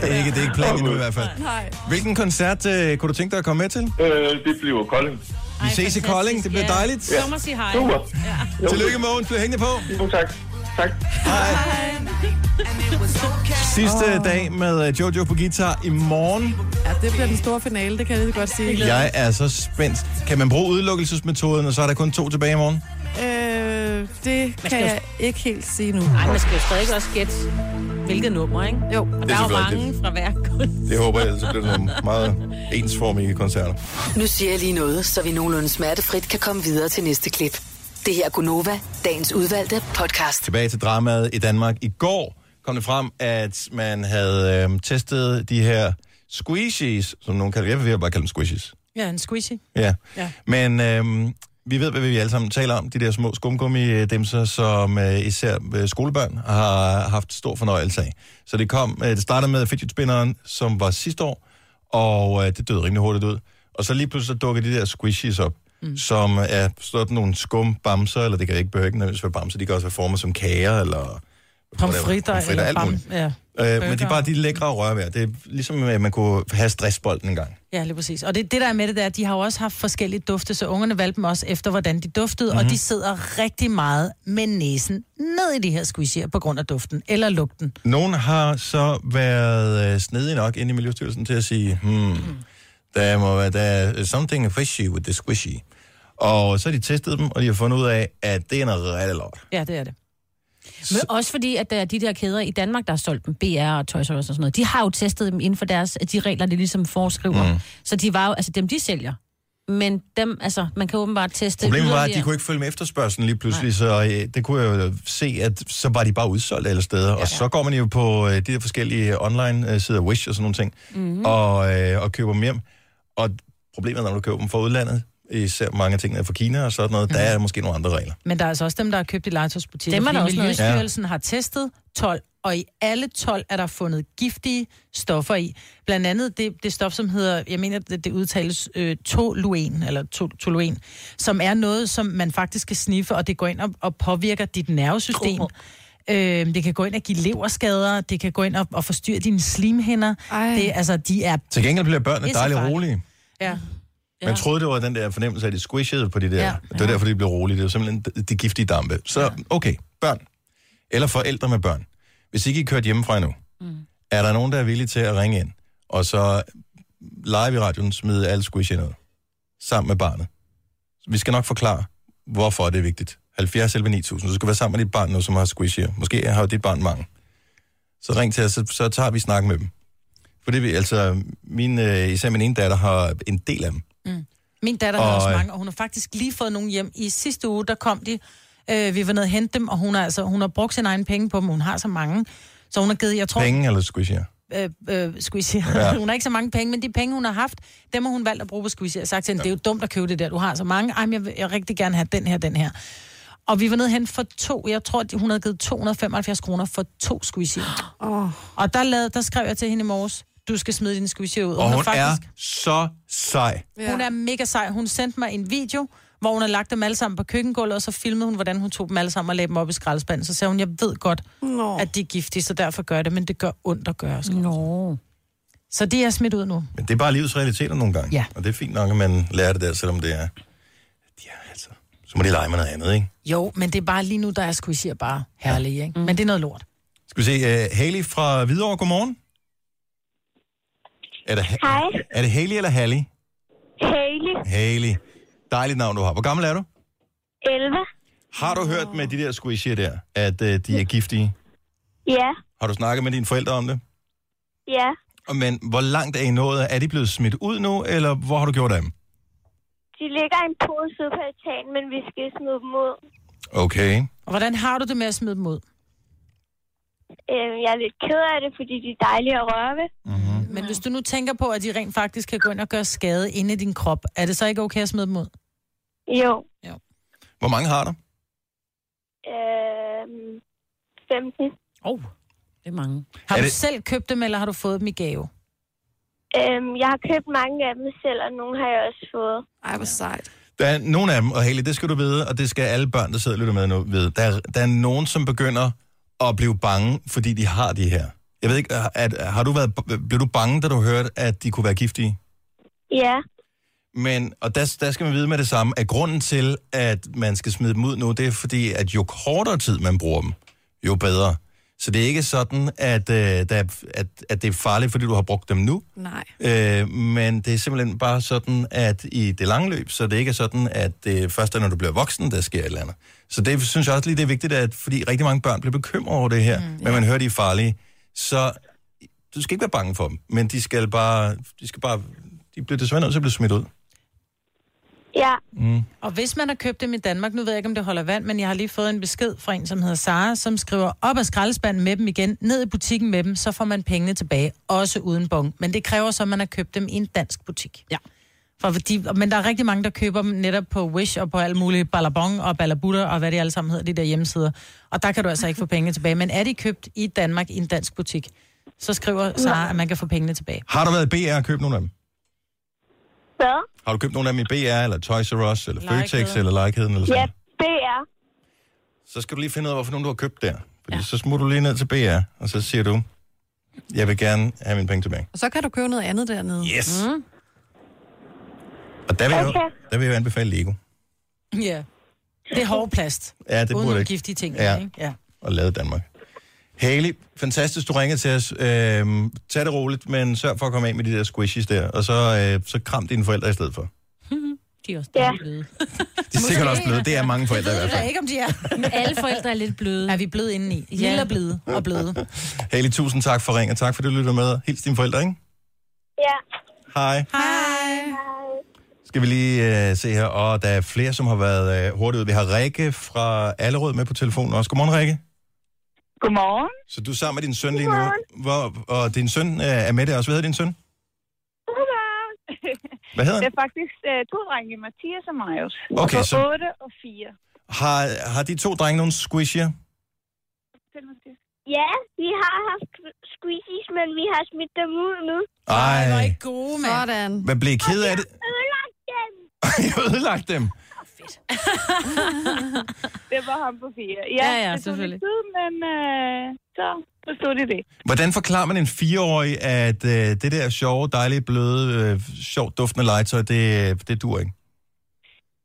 S1: Det er ikke, det er ikke planen endnu i hvert fald.
S3: Nej.
S1: Hvilken koncert øh, kunne du tænke dig at komme med til?
S12: Øh, det bliver Kolding.
S1: Vi ses i Kolding. Det bliver dejligt.
S4: Ja. Så må sige hej.
S1: Super.
S4: Ja.
S1: Tillykke, Mogens. Bliv hængende på.
S12: Jo, tak. Tak.
S1: Sidste dag med øh, Jojo på guitar i morgen.
S3: Ja, det bliver den store finale, det kan jeg lige godt sige.
S1: Jeg er så spændt. Kan man bruge udelukkelsesmetoden, og så er der kun to tilbage i morgen?
S3: Øh, det
S4: skal
S3: kan
S4: jo-
S3: jeg ikke helt sige nu.
S4: Ej, man skal jo stadig også gætte, hvilket nummer, ikke?
S3: Jo.
S4: Og
S1: Det
S4: der
S1: er
S4: er jo
S1: selvfølgelig
S4: mange fra hver kun.
S1: Det håber jeg, så bliver det nogle meget ensformige koncerter.
S5: Nu siger jeg lige noget, så vi nogenlunde smertefrit kan komme videre til næste klip. Det her er Gunova, dagens udvalgte podcast.
S1: Tilbage til dramaet i Danmark. I går kom det frem, at man havde øhm, testet de her squishies, som nogen kalder det. Jeg vil bare kalde dem squishies.
S6: Ja, en squishy.
S1: Ja.
S6: Ja.
S1: Men øhm, vi ved, hvad vi alle sammen taler om. De der små skumgummi-dimser, som øh, især øh, skolebørn har haft stor fornøjelse af. Så det kom, øh, det startede med fidget spinneren, som var sidste år, og øh, det døde rimelig hurtigt ud. Og så lige pludselig så dukker de der squishies op, mm. som er sådan nogle skumbamser, eller det kan ikke behøve ikke nødvendigvis være bamser, de kan også være formet som kager, eller...
S6: Pomfritter,
S1: Pomfritter,
S6: eller
S1: alt
S6: bam.
S1: muligt.
S6: Ja.
S1: Øh, men det
S6: Burger.
S1: er bare de lækre rørvær. Det er ligesom, at man kunne have stressbolden en gang.
S6: Ja, lige præcis. Og det, det der er med det, der, de har jo også haft forskellige dufte, så ungerne valgte dem også efter, hvordan de duftede, mm-hmm.
S1: Mhm.
S6: og de sidder rigtig meget med næsen ned i de her squishier på grund af duften, eller lugten.
S1: Nogen har så været øh, snedige nok inde i Miljøstyrelsen til at sige, hmm, der må være der er something fishy with the squishy. Og så har de testet dem, og de har fundet ud af, at det er noget rigtig lort.
S6: Ja, det er det.
S4: Men også fordi, at der er de der kæder i Danmark, der har solgt dem, BR og Toys R Us og sådan noget, de har jo testet dem inden for deres, de regler, de ligesom foreskriver.
S1: Mm.
S4: Mm. Så de var jo, altså dem de sælger. Men dem, altså, man kan åbenbart teste
S1: Problemet var, at de
S4: yderligere.
S1: kunne ikke følge med efterspørgselen lige pludselig, Nej. så øh, det kunne jeg jo se, at så var de bare udsolgt alle steder. Ja, ja. Og så går man jo på øh, de der forskellige online-sider, Wish og sådan nogle ting,
S13: Mhm.
S1: mm-hmm. og, øh, og køber dem hjem. Og problemet er, når du køber dem fra udlandet, især mange af tingene er fra Kina og sådan noget, mm-hmm. der er måske nogle andre regler.
S6: Men der er altså også dem, der har købt i legetøjsbutikker,
S4: Dem er der
S6: fordi
S4: også noget.
S6: Miljøstyrelsen ja. har testet 12, og i alle 12 er der fundet giftige stoffer i. Blandt andet det, det stof, som hedder, jeg mener, det, det udtales øh, toluen, eller to, toluen, som er noget, som man faktisk kan sniffe, og det går ind og, og påvirker dit nervesystem. Øh, det kan gå ind og give leverskader, det kan gå ind og, og forstyrre dine slimhinder. Det, altså, de er...
S1: Til gengæld bliver børnene
S6: Pisse
S1: dejligt
S6: farligt.
S1: rolige.
S6: Ja.
S1: Man troede, det var den der fornemmelse af, at de squishede på de der.
S6: Ja.
S1: Ja. Det var derfor, de blev rolige. Det var simpelthen de- de giftige dampe. Så okay, børn. Eller forældre med børn. Hvis ikke I er kørt hjemmefra endnu, mm. er der nogen, der er villige til at ringe ind, og så live i radioen smide alle squishene ud, sammen med barnet. Vi skal nok forklare, hvorfor det er vigtigt. 70 11 9000. Du skal være sammen med dit barn nu, som har squishier. Måske har jo dit barn mange. Så ring til os, så, så tager vi snakken med dem. For det vi, altså, min, øh, især min ene datter har en del af dem.
S6: Min datter har
S1: Og,
S6: også
S1: øh,
S6: mange, og hun har faktisk lige fået nogle hjem. I sidste uge, der kom de, øh, vi var nede og hente dem, og hun har, altså, hun har brugt sin egen penge på dem, hun har så mange. Så hun har givet, jeg tror,
S1: Penge eller squishier?
S6: Øh, øh, squishy. Ja.
S1: Ja.
S6: hun har ikke så mange penge, men de penge, hun har haft, dem har hun valgt at bruge på squishy. Jeg har sagt til hende, det er jo dumt at købe det der, du har så mange. Ej, men jeg vil jeg vil rigtig gerne have den her, den her. Og vi var nede hen for to, jeg tror, at hun havde givet 275 kroner for to squishy. Oh. Og der, lavede, der skrev jeg til hende i morges, du skal smide din squishy ud.
S1: Og
S6: har
S1: hun er så sej.
S6: Ja. Hun er mega sej. Hun sendte mig en video, hvor hun har lagt dem alle sammen på køkkengulvet, og så filmede hun, hvordan hun tog dem alle sammen og lagde dem op i skraldespanden. Så sagde hun, jeg ved godt, Nå. at de er giftige, så derfor gør jeg det, men det gør ondt at gøre.
S4: Nå.
S6: Så det er smidt ud nu.
S1: Men det er bare livets realiteter nogle gange.
S6: Ja.
S1: Og det er fint nok, at man lærer det der, selvom det er... De er altså... Så må de lege med noget andet, ikke?
S6: Jo, men det er bare lige nu, der er squishier bare herlige, ikke? Men det er noget lort.
S1: Skal vi se, uh, Haley fra Hvidovre, godmorgen. Er det, ha-
S14: Hej,
S1: er det Haley eller Hallie?
S14: Haley,
S1: Haley. Dejligt navn, du har. Hvor gammel er du?
S14: 11.
S1: Har du hørt med de der squishier der, at uh, de er giftige?
S14: Ja,
S1: Har du snakket med dine forældre om det?
S14: ja.
S1: Og Men hvor langt er I nået? Er de blevet smidt ud nu, eller hvor har du gjort af dem?
S14: De ligger i en pose ude på altanen, men vi skal smide dem ud.
S1: Okay.
S6: Og hvordan har du det med at smide dem ud?
S14: Øhm, jeg er lidt ked af det, fordi de er dejlige at røre ved.
S6: Mm-hmm. Men hvis du nu tænker på, at de rent faktisk kan gå ind og gøre skade inde i din krop, er det så ikke okay at smide dem ud?
S14: Jo.
S1: Hvor mange har du?
S14: Øhm, 15.
S6: Oh.
S4: Det er mange.
S6: Har
S1: Er
S6: du
S1: det-
S6: selv købt dem, eller har du fået dem i gave?
S14: Øhm, jeg har købt mange af dem selv, og nogle har jeg også fået.
S3: Ej, hvor sejt.
S1: Der er nogle af dem, og Haley, det skal du vide, og det skal alle børn, der sidder og lytter med nu, vide. Der er, der er nogen, som begynder at blive bange, fordi de har de her. Jeg ved ikke, øh, at, har du været, øh, blev du bange, da du hørte, at de kunne være giftige?
S14: Ja,
S1: Men, og der, der skal man vide med det samme, at grunden til, at man skal smide dem ud nu, det er fordi, at jo kortere tid man bruger dem, jo bedre. Så det er ikke sådan, at, øh, der, at, at det er farligt, fordi du har brugt dem nu.
S3: Nej.
S1: Øh, men det er simpelthen bare sådan, at i det lange løb, så det ikke er sådan, at det først er, når du bliver voksen, der sker et eller andet. Så det synes jeg også lige, det er vigtigt, at, fordi rigtig mange børn bliver bekymrede over det her, mm, men man hører, de er farlige. Så du skal ikke være bange for dem, men de skal bare, de skal bare, de bliver desværre nødt til at blive smidt ud.
S15: Ja.
S1: Mm.
S6: Og hvis man har købt dem i Danmark, nu ved jeg ikke, om det holder vand, men jeg har lige fået en besked fra en, som hedder Sara, som skriver op af skraldespanden med dem igen, ned i butikken med dem, så får man pengene tilbage, også uden bong. Men det kræver så, at man har købt dem i en dansk butik.
S4: Ja.
S6: For fordi, men der er rigtig mange, der køber dem netop på Wish og på alle mulige balabong og balabutter og hvad det alle sammen hedder, de der hjemmesider. Og der kan du altså ikke få pengene tilbage. Men er de købt i Danmark i en dansk butik, så skriver Sara, at man kan få pengene tilbage.
S1: Har du været i BR og købt nogle af dem?
S15: Hvad?
S1: Har du købt nogle af dem i BR, eller Toys R Us, eller Føtex,
S15: Legeheden.
S1: eller Legeheden, eller sådan?
S15: Ja, BR.
S1: så skal du lige finde ud af, hvorfor nogen du har købt der. Fordi ja. så smutter du lige ned til BR, og så siger du, jeg vil gerne have mine penge tilbage.
S3: Og så kan du købe noget andet dernede.
S1: Yes. Mm. Og der vil, okay. jeg, der vil jeg anbefale Lego.
S6: Ja. Det er hård plast.
S1: Ja, det
S6: Uden
S1: burde
S6: nogle
S1: ikke.
S6: giftige ting.
S1: Ja.
S6: Ikke? ja.
S1: Og lavet i Danmark. Haley, fantastisk, du ringer til os. Øhm, tag det roligt, men sørg for at komme af med de der squishies der. Og så, øh, så kram dine forældre i stedet for.
S4: De er også ja. bløde.
S1: De er sikkert også bløde. Det er mange forældre i hvert
S6: Jeg ved
S1: fald.
S6: ikke, om de er. Men alle forældre er lidt bløde. Er vi bløde indeni? Ja. Lille og bløde og bløde.
S1: Haley, tusind tak for ringen. Tak for, at du lytter med. Hils dine forældre, ikke?
S15: Ja.
S1: Hej.
S6: Hej.
S1: Skal vi lige øh, se her. Og der er flere, som har været øh, hurtigt ude. Vi har Rikke fra Allerød med på telefonen også. Godmorgen, Rikke.
S14: Godmorgen.
S1: Så du er sammen med din søn lige nu. Hvor, og din søn øh, er med det også. Hvad hedder din søn? Hvad hedder han?
S14: Det er faktisk uh, to drenge, Mathias og Marius.
S1: Okay,
S14: på
S1: så-
S14: 8 og 4.
S1: Har, har de to drenge nogle squishier?
S15: Ja, vi har haft squeezies, men vi har smidt dem ud nu.
S1: Ej,
S6: Gode,
S3: mand. Sådan.
S1: hvad blev I ked af
S15: Ødelagt
S1: det?
S15: dem.
S1: Jeg har ødelagt dem.
S14: Det var ham på 4. Ja,
S4: Ja, ja,
S14: det tog
S4: selvfølgelig.
S14: lidt tid, men uh, så forstod de det.
S1: Hvordan forklarer man en fireårig, at øh, det der sjove, dejlige, bløde, øh, sjovt duftende legetøj, det, det dur ikke?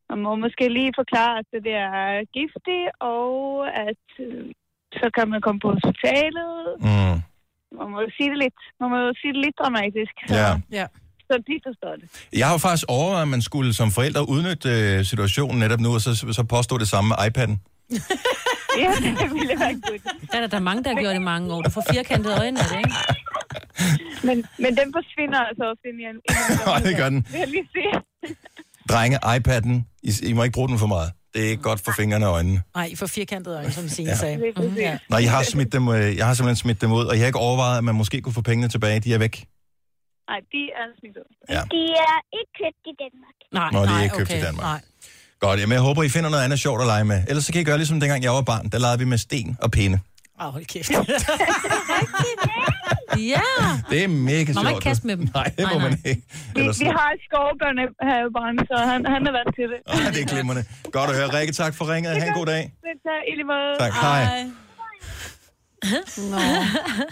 S14: Man må måske lige forklare, at det der er giftigt, og at øh, så kan man komme på hospitalet.
S1: Mm.
S14: Man må jo sige det lidt, man må jo sige det lidt dramatisk. Så,
S1: Ja.
S6: ja.
S14: så de forstår det.
S1: Jeg har jo faktisk overvejet, at man skulle som forældre udnytte øh, situationen netop nu, og så, så påstå det samme med iPad'en.
S14: Ja, det ville være en god idé.
S4: Der er der, der er mange, der har gjort det i mange år. Du får firkantede øjne af det, ikke?
S14: Men, men den forsvinder altså også ind i en...
S1: Nej, det gør den.
S14: Det vil jeg lige sige.
S1: Drenge, iPad'en, I, I må ikke bruge den for meget. Det er ikke godt for fingrene og øjnene.
S6: Nej, I får firkantede øjne, som Signe
S1: Ja.
S6: ja. sagde.
S14: Lige
S6: Mm, ja.
S1: Nej, jeg har, smidt dem, øh, jeg har simpelthen smidt dem ud, og jeg har ikke overvejet, at man måske kunne få pengene tilbage. De er væk.
S14: Nej, de er altså smidt ud.
S1: Ja.
S15: De er ikke købt i Danmark.
S6: Nej,
S1: Nå, de er nej, ikke købt okay, i Danmark. nej. Godt, jamen jeg håber, I finder noget andet sjovt at lege med. Ellers så kan I gøre ligesom dengang jeg var barn. Der legede vi med sten og pinde.
S6: Åh, hold kæft.
S4: ja.
S1: Det er mega sjovt.
S4: Må man ikke kaste med dem?
S1: Nej, det
S4: Nej,
S1: må
S4: nej.
S1: man ikke.
S14: Vi,
S1: Ellers,
S14: vi har skovbørn her i Brande, så han, han er vant til det.
S1: Ej, det er glimrende. Godt at høre. Rikke, tak for ringet. Ha' en god dag.
S14: Det tager i lige måde.
S1: Tak, hej.
S3: Nå.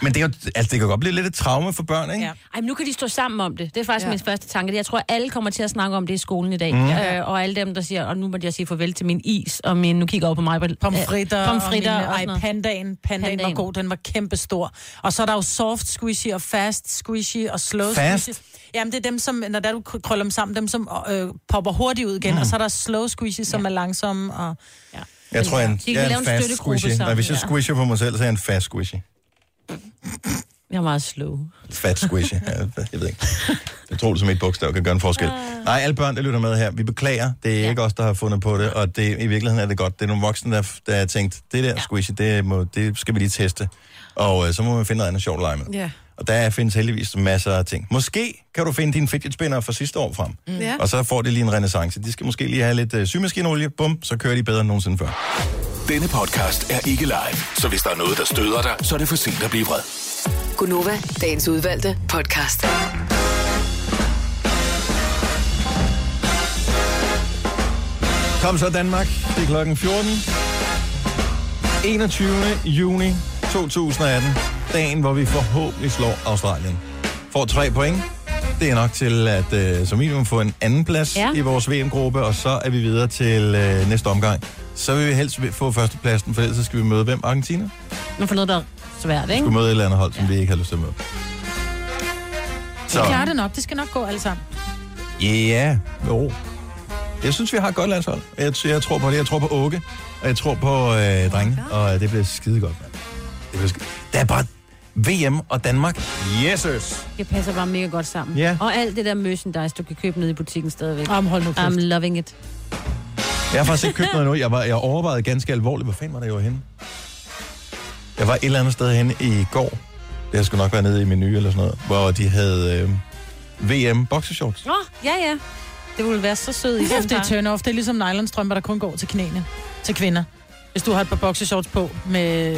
S1: Men det, er, jo- altså, det kan godt blive lidt et traume for børn, ikke?
S4: Ja. Ej, men nu kan de stå sammen om det. Det er faktisk
S3: Ja.
S4: ja. min første tanke. Jeg tror, at alle kommer til at snakke om det i skolen i dag.
S1: Mm.
S4: Mm. Øh, og alle dem, der siger, og nu må jeg sige farvel til min is, og min, nu kigger jeg over på mig. Øh,
S6: Pomfritter,
S4: pomfritter
S6: og, mine,
S4: og sådan
S6: ej,
S4: noget.
S6: pandaen. pandaen. var
S4: Pandaen.
S6: god, den var kæmpestor. Og så er der jo soft squishy og fast squishy og slow
S1: Fast?
S6: squishy. Jamen, det er dem, som, når der du kry- krøller dem sammen, dem, som øh, popper hurtigt ud igen. Mm. Og så er der slow squishy, som ja. er langsomme. Og... Ja.
S1: Jeg tror, jeg er en,
S6: De kan
S1: jeg er
S6: lave
S1: en
S6: en
S1: fast
S6: støttegruppe
S1: squishy. Nej,
S6: sammen,
S1: hvis jeg
S6: ja.
S1: squisher på mig selv, så er jeg en fast squishy.
S4: Jeg er meget slow.
S1: Fat squishy. Ja, jeg ved ikke. Jeg tror, det som et bogstav kan gøre en forskel. Nej, alle børn, der lytter med her, vi beklager. Det er ja. ikke os, der har fundet på det, og det, i virkeligheden er det godt. Det er nogle voksne, der, der har tænkt, det der squishy, det, må, det skal vi lige teste. Og øh, så må man finde noget andet sjovt at lege med.
S3: Ja.
S1: Og der findes heldigvis masser af ting. Måske kan du finde dine fidget spinner fra sidste år frem.
S3: Mm. Ja.
S1: Og så får de lige en renaissance. De skal måske lige have lidt øh, symaskinolie. Bum, så kører de bedre end nogensinde før.
S7: Denne podcast er ikke live, så hvis der er noget, der støder dig, så er det for sent at blive vred.
S5: Gunova, dagens udvalgte podcast.
S1: Kom så Danmark, det er klokken 14. 21. juni 2018. Dagen, hvor vi forhåbentlig slår Australien. Får tre point. Det er nok til at øh, som minimum få en anden plads ja.
S4: Ja.
S1: i vores VM-gruppe, og så er vi videre til øh, næste omgang. Så vil vi helst få førstepladsen, for ellers så skal vi møde hvem? Argentina? Vi
S4: Nu får noget, der er svært, ikke?
S1: skal møde et eller andet hold, som vi ikke har lyst til at møde.
S6: Så. Vi klarer det nok. Det skal nok gå alle sammen.
S1: Ja, yeah. jo. Jeg synes, vi har et godt landshold. Jeg, jeg tror på det. Jeg tror på Åke, og jeg tror på øh, drenge, og øh, det bliver skide godt, mand. Det bliver skide... Der er bare... VM og Danmark. Jesus!
S4: Det passer bare mega godt sammen.
S1: Ja.
S4: Og alt det der merchandise, du kan købe nede i butikken stadigvæk.
S2: Jamen, hold nu
S4: I'm
S2: kæft.
S4: loving it.
S1: Jeg har faktisk ikke købt noget endnu. Jeg, var, jeg overvejede ganske alvorligt, hvor fanden var det, jeg var henne? Jeg var et eller andet sted henne i går. Det har sgu nok været nede i menu eller sådan noget, hvor de havde øh, VM boxershorts.
S4: Åh, oh, ja, ja. Det ville være så sød i
S2: Kæft, det er turn off. Det er ligesom nylonstrømper, der kun går til knæene. Til kvinder. Hvis du har et par boxershorts på med...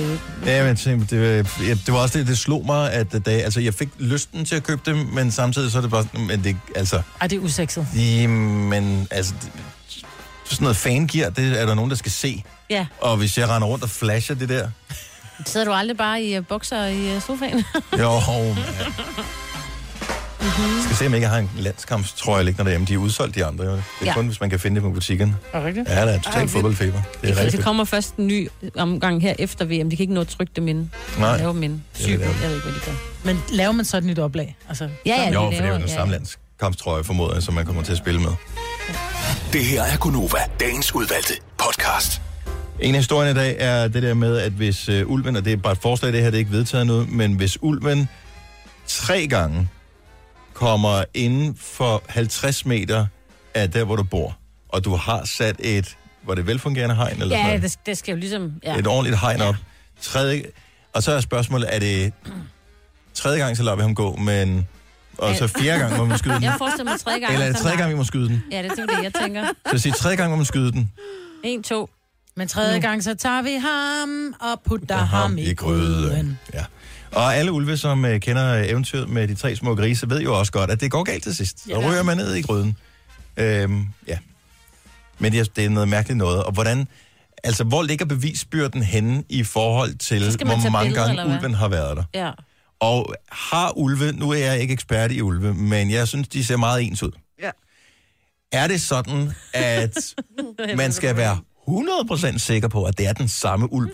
S1: Ja, men jeg tænkte, det, var- ja, det var også det, det slog mig, at da, altså, jeg fik lysten til at købe dem, men samtidig så er det bare sådan, men det, altså,
S2: Ej, det er usekset.
S1: jamen, altså, det, sådan noget fangear, det er der nogen, der skal se.
S4: Ja.
S1: Og hvis jeg render rundt og flasher det der,
S4: Sidder du aldrig bare i uh, bokser i uh, sofaen?
S1: jo, man. skal se, om jeg ikke har en landskampstrøje liggende derhjemme. De er udsolgt, de andre. jo. Det er
S4: Ja.
S1: ja. kun, hvis man kan finde det på butikken.
S2: Er rigtigt?
S1: Ja, der er total
S4: vildt.
S1: fodboldfeber. Det er
S4: Det, det
S1: rigtigt.
S4: kommer først en ny omgang her efter VM. De kan ikke nå at trykke dem inden.
S1: Nej.
S4: Lave dem inden.
S1: Det er det, der
S4: Sygt.
S1: er.
S4: Jeg ved ikke, hvad de gør.
S2: Men laver man sådan et oplag? Altså, ja,
S4: ja,
S1: Jo, for det er jo den
S4: ja, ja.
S1: samme landskampstrøje, formoder jeg, som man kommer til at spille med.
S7: Det her er Gunova, dagens udvalgte podcast.
S1: En af historierne i dag er det der med, at hvis øh, ulven, og det er bare et forslag, det her det er ikke vedtaget noget, men hvis ulven tre gange kommer inden for 50 meter af der, hvor du bor, og du har sat et, var det velfungerende hegn eller sådan
S4: Ja,
S1: noget?
S4: det, det skal jo ligesom... Ja.
S1: ja. et ordentligt hegn op. Tredje, og så er spørgsmålet, er det tredje gang, så lader vi ham gå, men, og så fjerde gang må man skyde den?
S4: Jeg forestiller mig tredje gang.
S1: Eller er det
S4: sådan
S1: tredje
S4: der.
S1: gang, vi må skyde den?
S4: Ja, det er det, jeg tænker.
S1: Så sig tredje gang, må man skyde den.
S4: En, to.
S2: Men tredje gang, så tager vi ham og putter ham i gryden.
S1: Ja. Og alle ulve, som øh, kender øh, eventyret med de tre små grise, ved jo også godt, at det går galt til sidst. Så ryger man ned i gryden. Øhm, ja. Men det er, det er noget mærkeligt noget. Og hvordan... Altså, hvor ligger bevisbyrden henne i forhold til,
S4: Så skal man
S1: hvor
S4: tage
S1: mange
S4: billeder,
S1: gange
S4: eller hvad?
S1: ulven har været der?
S4: Ja.
S1: Og har ulve, nu er jeg ikke ekspert i ulve, men jeg synes, de ser meget ens ud.
S4: Ja.
S1: Er det sådan, at man skal være 100% sikker på, at det er den samme ulv?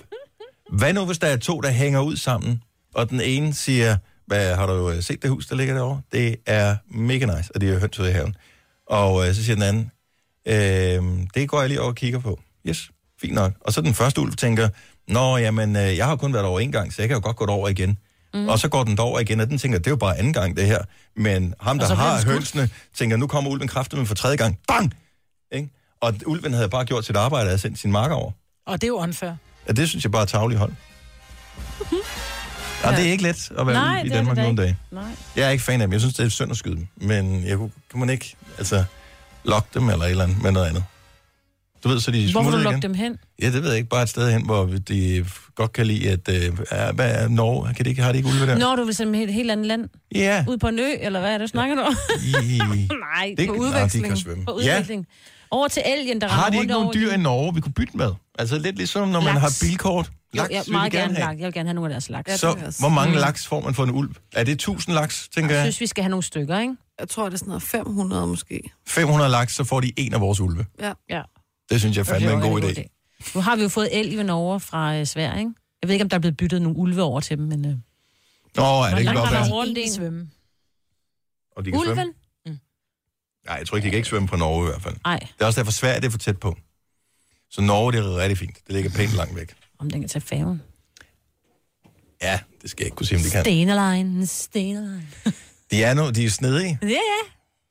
S1: Hvad nu, hvis der er to, der hænger ud sammen, og den ene siger, hvad har du øh, set det hus, der ligger derovre? Det er mega nice, og det er høns ude i haven. Og øh, så siger den anden, øh, det går jeg lige over og kigger på. Yes, fint nok. Og så den første ulv tænker, nå, jamen, øh, jeg har kun været over en gang, så jeg kan jo godt gå over igen.
S7: Mhm.
S1: Mm. Og så går den derover igen, og den tænker, det er jo bare anden gang, det her. Men ham, der
S7: så bliver den
S1: har
S7: skudt.
S1: hønsene, tænker, nu kommer ulven kraftigt for tredje gang. Bang! Ikke? Og ulven havde bare gjort sit arbejde og havde sendt sin marker over.
S2: Og det er jo unfair.
S1: Ja, det synes jeg bare er tavlig hold. ja. Og det er ikke let at være
S2: Nej,
S1: ude i
S2: det er
S1: Danmark
S2: det da
S1: nogle
S2: ikke.
S1: dage.
S4: Nej.
S1: Jeg er ikke fan af dem. Jeg synes, det er synd at skyde dem. Men jeg kunne, kan man ikke altså, lokke dem eller et eller andet med noget andet. Du ved, så de
S4: Hvor vil du
S1: smutter
S4: lukke
S1: igen.
S4: dem hen?
S1: Ja, det ved jeg ikke. Bare et sted hen, hvor de godt kan lide, at... Øh, er- hvad er Norge? Kan det ikke, har det ikke ulve der?
S4: Når du vil sende dem i et helt andet land?
S1: Ja.
S4: Ud på en ø, eller hvad er det, snakker du om?
S1: I...
S4: Nej,
S1: Det-
S4: på
S1: Nå, de
S4: udveksling.
S1: kan svømme.
S4: På
S1: Ja.
S4: udveksling. Over til elgen, der
S1: Har de
S4: render
S1: ikke
S4: rundt
S1: nogen
S4: over
S1: dyr
S4: din-
S1: i Norge, vi kunne bytte med? Altså lidt ligesom, når man
S4: Laks.
S1: har bilkort. Laks
S4: jo, jeg,
S1: vil
S4: meget
S1: vi
S4: gerne,
S1: gerne have.
S4: laks. Jeg vil gerne have nogle af deres laks.
S1: Så hvor mange laks får man for en ulv? Er det 1000 laks, tænker
S4: Jeg
S1: jeg?
S4: synes, vi skal have nogle stykker, ikke?
S3: Jeg tror, det er sådan noget 500 måske.
S1: 500 laks, så får de en af vores ulve.
S3: Ja.
S4: ja.
S1: Det synes jeg fandme er en god idé.
S4: Nu har vi jo fået elgen over fra øh, Sverige, ikke? Jeg ved ikke, om der er blevet byttet nogle ulve over til dem, men... Øh,
S1: Nå, ja, det kan
S4: langt
S1: godt
S4: har der
S1: være.
S4: rundt en?
S2: svømme.
S1: Og de kan svømme.
S4: Ulven?
S1: Nej, jeg tror ikke, de kan ikke svømme på Norge i hvert fald.
S4: Nej,
S1: Det er også derfor Sverige, det er for tæt på. Så Norge, det er rigtig fint. Det ligger pænt langt væk.
S4: om den kan tage færgen.
S1: Ja, det skal jeg ikke kunne sige, om de kan.
S4: Stenelejen, stenelejen.
S1: De er, nu, de er snedige,
S4: Ja, ja.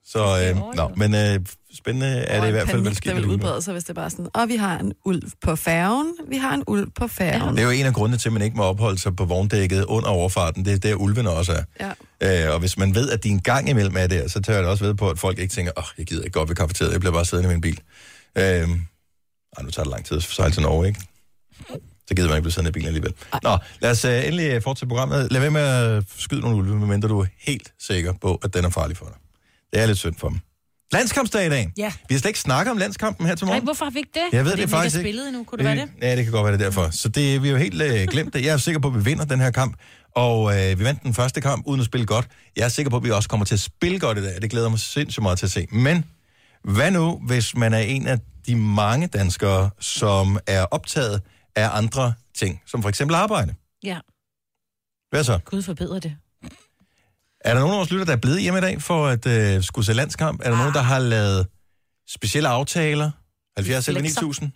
S1: så... Øh, nå, men øh, spændende er det i hvert fald, hvad der sker
S3: der
S1: med
S3: vil
S1: ulven.
S3: udbrede sig, hvis det er bare sådan, og vi har en ulv på færgen, vi har en ulv på færgen.
S1: Det er jo en af grundene til, at man ikke må opholde sig på vogndækket under overfarten. Det er der, ulvene også er.
S3: Ja.
S1: Øh, og hvis man ved, at din gang imellem er der, så tør jeg da også ved på, at folk ikke tænker, åh, oh, jeg gider ikke gå op i kafeteriet, jeg bliver bare siddende i min bil. Øh, ej, nu tager det lang tid at sejle til Norge, ikke? Så gider man ikke blive siddende i bilen alligevel. Nå, lad os øh, endelig øh, fortsætte programmet. Lad være med at skyde nogle ulve, medmindre du er helt sikker på, at den er farlig for dig. Det er lidt synd for dem. Landskampsdag i dag.
S2: Ja.
S1: Vi har slet ikke snakket om landskampen her til morgen.
S4: Nej, hvorfor har vi ikke det?
S1: Jeg ved
S4: Fordi
S1: det
S4: den
S1: faktisk
S4: er
S1: ikke. Øh,
S4: spillet endnu, kunne det være det?
S1: Ja, det kan godt være, det er derfor. Så det, vi har jo helt øh, glemt det. Jeg er sikker på, at vi vinder den her kamp. Og øh, vi vandt den første kamp uden at spille godt. Jeg er sikker på, at vi også kommer til at spille godt i dag. Det glæder jeg mig sindssygt meget til at se. Men hvad nu, hvis man er en af de mange danskere, som er optaget af andre ting, som for eksempel arbejde?
S4: Ja,
S1: Hvad så?
S4: Gud forbedrer det.
S1: Er der nogen af vores lytter, der er blevet hjemme i dag for at øh, skulle
S4: Ah.
S1: se landskamp? Er der nogen, der har lavet specielle aftaler? 70 eller
S4: Flexer.
S1: 9000?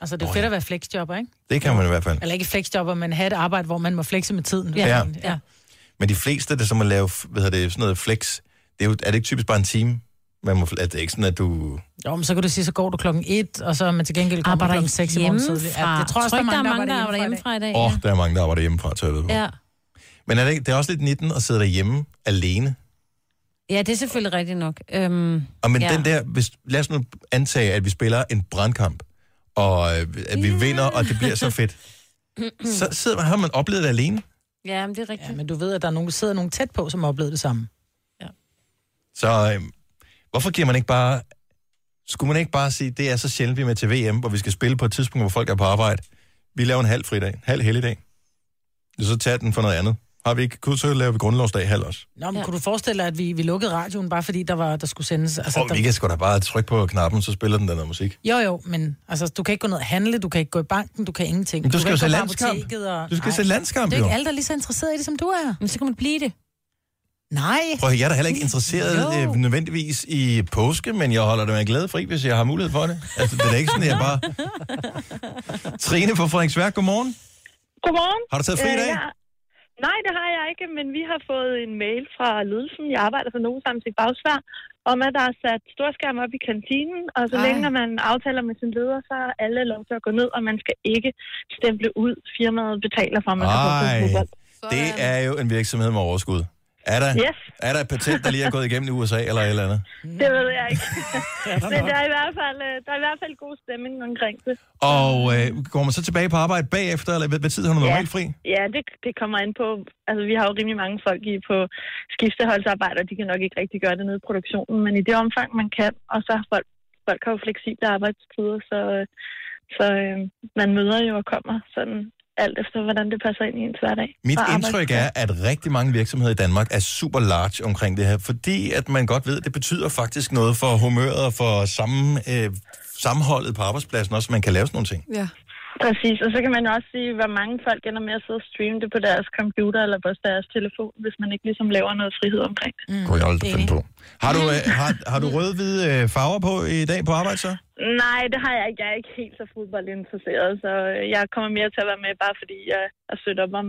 S2: Altså, det er fedt at være flexjobber, ikke?
S1: Det kan man i hvert fald.
S2: Eller ikke flexjobber, men have et arbejde, hvor man må flexe med tiden.
S1: Ja.
S2: ja. ja.
S1: Men de fleste, der som at lave hvad hedder det, sådan noget flex, det er, jo, er det ikke typisk bare en time? Man må, er det ikke sådan, at du...
S2: Jo, men så kan du sige, så går du klokken 1, og så er man til gengæld kommer
S4: Arbejder
S2: klokken
S4: I
S2: 6 i morgen tidlig.
S4: hjemmefra?
S2: det tror jeg også,
S4: Tror
S2: der
S4: ikke,
S2: er
S4: der er
S2: mange, der
S4: mange,
S2: arbejder
S4: der
S2: hjemmefra i dag.
S1: Åh, oh, der er mange, der arbejder hjemmefra, tør jeg ved på.
S4: Ja.
S1: Men er det, ikke, det er også lidt 19 at sidde derhjemme alene.
S4: ja, det er selvfølgelig rigtigt nok. Øhm,
S1: Og men
S4: ja.
S1: ja. den der, hvis, lad os nu antage, at vi spiller en brandkamp, og øh, at vi vinder, og det bliver så fedt. Så sidder man, har man oplevet det alene,
S4: Ja, men det er rigtigt.
S2: Ja, men du ved, at der er nogen, der sidder nogen tæt på, som har oplevet det samme.
S1: så øh, hvorfor giver man ikke bare... Skulle man ikke bare sige, det er så sjældent, vi er med til VM, hvor vi skal spille på et tidspunkt, hvor folk er på arbejde. Vi laver en halv fridag, en halv helligdag. Så tager den for noget andet. Har vi ikke kunnet, så laver vi grundlovsdag halv også.
S2: Nå, men ja. kunne du forestille dig, at vi, vi lukkede radioen, bare fordi der, var, der skulle sendes... Altså,
S1: Altså, og
S2: der...
S1: vi kan sgu da bare trykke på knappen, så spiller den der noget musik.
S2: Jo, jo, men altså, du kan ikke gå ned og handle, du kan ikke gå i banken, du kan ingenting.
S1: Men du skal
S2: kan ikke
S1: jo se
S2: gå på
S1: landskamp.
S2: apoteket Og...
S1: Du skal
S2: Nej.
S1: se landskamp,
S2: Det er jo
S1: jo.
S2: ikke alle, der er lige så interesseret i det, som du er.
S4: Men så kan man blive det.
S2: Nej.
S1: Prøv at høre, jeg er da heller ikke interesseret
S2: Jo.
S1: øh, nødvendigvis i påske, men jeg holder det med glæde fri, hvis jeg har mulighed for det. Altså, det er da ikke sådan, at jeg bare... Trine fra Frederiksværk, godmorgen.
S16: Godmorgen.
S1: Har du taget fri i dag?
S16: jeg... Nej, det har jeg ikke, men vi har fået en mail fra ledelsen. Jeg arbejder for nogen sammen til Bagsvær, om at der er sat storskærm op i kantinen, og så
S17: Ej.
S16: Ej. længe man aftaler med sin leder, så er alle lov til at gå ned, og man skal ikke stemple ud. Firmaet betaler for, at man kan få spille
S1: Ej,
S16: fodbold.
S1: det er jo en virksomhed med overskud. Er der,
S16: Yes.
S1: er der et patent, der lige er gået igennem i USA eller et eller andet?
S16: Det ved jeg ikke.
S2: der
S16: men
S2: nok.
S16: der er, i hvert fald, øh, der er i hvert fald god stemning omkring det.
S1: Og øh, går man så tilbage på arbejde bagefter, eller hvad, hvad tid har du normalt fri?
S16: Ja, det, det kommer ind på. Altså, vi har jo rimelig mange folk i på skifteholdsarbejde, og de kan nok ikke rigtig gøre det nede i produktionen, men i det omfang, man kan, og så har folk, folk har jo fleksible arbejdstider, så, øh, så øh, man møder jo og kommer sådan alt efter, hvordan det passer ind i ens hverdag.
S1: Mit
S16: Og
S1: indtryk er, at rigtig mange virksomheder i Danmark er super large omkring det her, fordi at man godt ved, at det betyder faktisk noget for humøret og for sammen, øh, sammenholdet på arbejdspladsen også, at man kan lave sådan nogle ting.
S3: Ja.
S16: Præcis, og så kan man jo også sige, hvor mange folk ender med at sidde og streame det på deres computer eller på deres telefon, hvis man ikke ligesom laver noget frihed omkring det.
S1: Mm, kunne jeg aldrig finde på. Har du, øh, har, har du røde-hvide øh, farver på i dag på arbejde så?
S16: Nej, det har jeg ikke. Jeg er ikke helt så fodboldinteresseret, så jeg kommer mere til at være med, bare fordi jeg er sødt op om,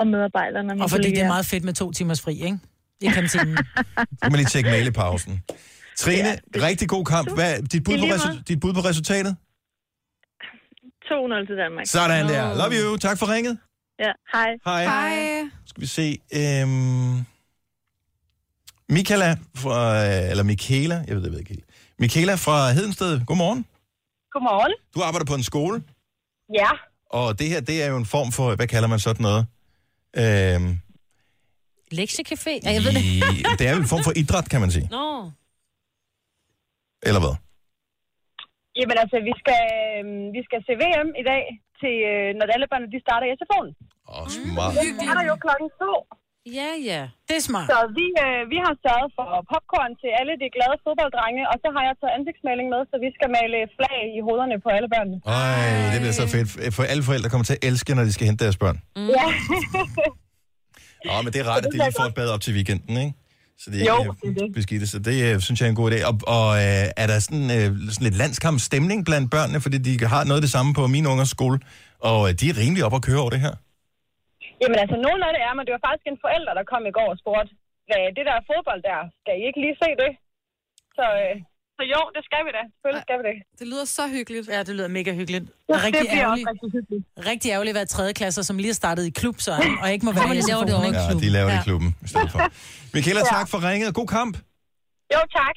S16: om medarbejderne. mine
S2: Og fordi det er
S16: kollegaer.
S2: meget fedt med to timers fri, ikke? I kantinen.
S1: Så kan man lige tjekke mail i pausen. Trine, ja, rigtig god kamp. Hvad, dit, bud
S16: I
S1: på
S16: lige
S1: resu-
S16: måde.
S1: dit bud på resultatet?
S16: 2-0 til Danmark.
S1: Sådan der. Love you. Tak for ringet.
S16: Ja, hej.
S1: Hej. Hej. Skal vi se. Øhm, Michaela fra, øh, eller Michaela, jeg ved, jeg ved ikke helt. Michaela fra Hedensted, godmorgen.
S14: Godmorgen.
S1: Du arbejder på en skole,
S14: Ja,
S1: og det her, det er jo en form for, hvad kalder man sådan noget? Øhm,
S4: Lektiecafé? Ja, jeg ved det.
S1: i, det er jo en form for idræt, kan man sige.
S4: Nå.
S1: Eller hvad?
S14: jamen altså, vi skal, øh, vi skal se VM i dag, til, øh, når alle børnene de starter i SFO'en.
S1: Åh, smart.
S14: Den starter jo klokken to.
S4: Ja, ja. Det er smart.
S14: Så vi, øh, vi har sørget for popcorn til alle de glade fodbolddrenge, og så har jeg taget ansigtsmaling med, så vi skal male flag i hovederne på alle børnene.
S1: Ej, det bliver så fedt. For alle forældre kommer til at elske, når de skal hente deres børn.
S14: Mm. Ja.
S1: Åh, men det er rart, at de lige får et bad op til weekenden, ikke? Så det
S14: Jo,
S1: er
S14: det er
S1: ikke
S14: det.
S1: beskidte, så det øh, synes jeg er en god idé. Og, og øh, er der sådan, øh, sådan lidt landskampstemning blandt børnene, fordi de har noget af det samme på min ungers skole, og øh, de er rimelig op at køre over det her.
S14: Jamen altså, nogen af det er, men det var faktisk en forælder, der kom i går og spurgte, hvad det der fodbold der, skal I ikke lige se det? Så, øh, så jo, det skal vi da. Selvfølgelig skal vi det.
S2: Det lyder så hyggeligt. Ja, det lyder mega hyggeligt.
S14: Ja,
S2: Ja,
S14: det
S2: rigtig
S14: bliver også
S2: ærgerligt. Rigtig ærgerligt at være tredje klasser, som lige er startet i klub, så og ikke må være
S4: Ja,
S2: med
S4: de laver det
S2: telefonen,
S4: over i
S2: ikke?
S1: Ja, de laver det i klubben i stedet for. Michaela,
S2: Ja.
S1: tak for ringet, og god kamp.
S14: Jo, tak.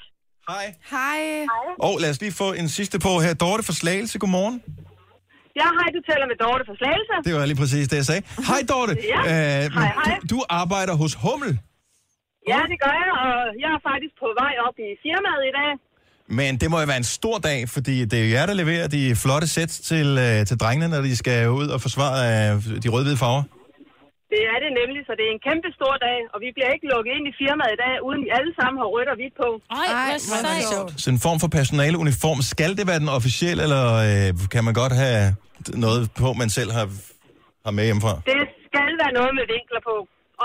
S1: Hej.
S14: Hej. Hej.
S1: Og lad os lige få en sidste på her. Dorte fra Slagelse, godmorgen.
S14: Ja, hej, du taler med Dorte fra Slagelse.
S1: Det var lige præcis det, jeg sagde. Hej, Dorte.
S14: Ja.
S1: Øh,
S14: Hej, hej.
S1: Du, du arbejder hos Hummel,
S14: Ja, det gør jeg, og jeg er faktisk på vej op i firmaet i dag.
S1: men det må jo være en stor dag, fordi det er jer, der leverer de flotte sæt til, øh, til drengene, når de skal ud og forsvare øh, de rød-hvide farver.
S14: Det er det nemlig, så det er en kæmpe stor dag, og vi bliver ikke lukket ind i firmaet i dag, uden vi alle sammen har rødt og hvidt på.
S6: Ah.
S14: Ej,
S4: hvor sejt.
S1: Så en form for personaleuniform, skal det være den officielle, eller øh, kan man godt have noget på, man selv har, har med hjemmefra?
S14: Det skal være noget med vinkler på.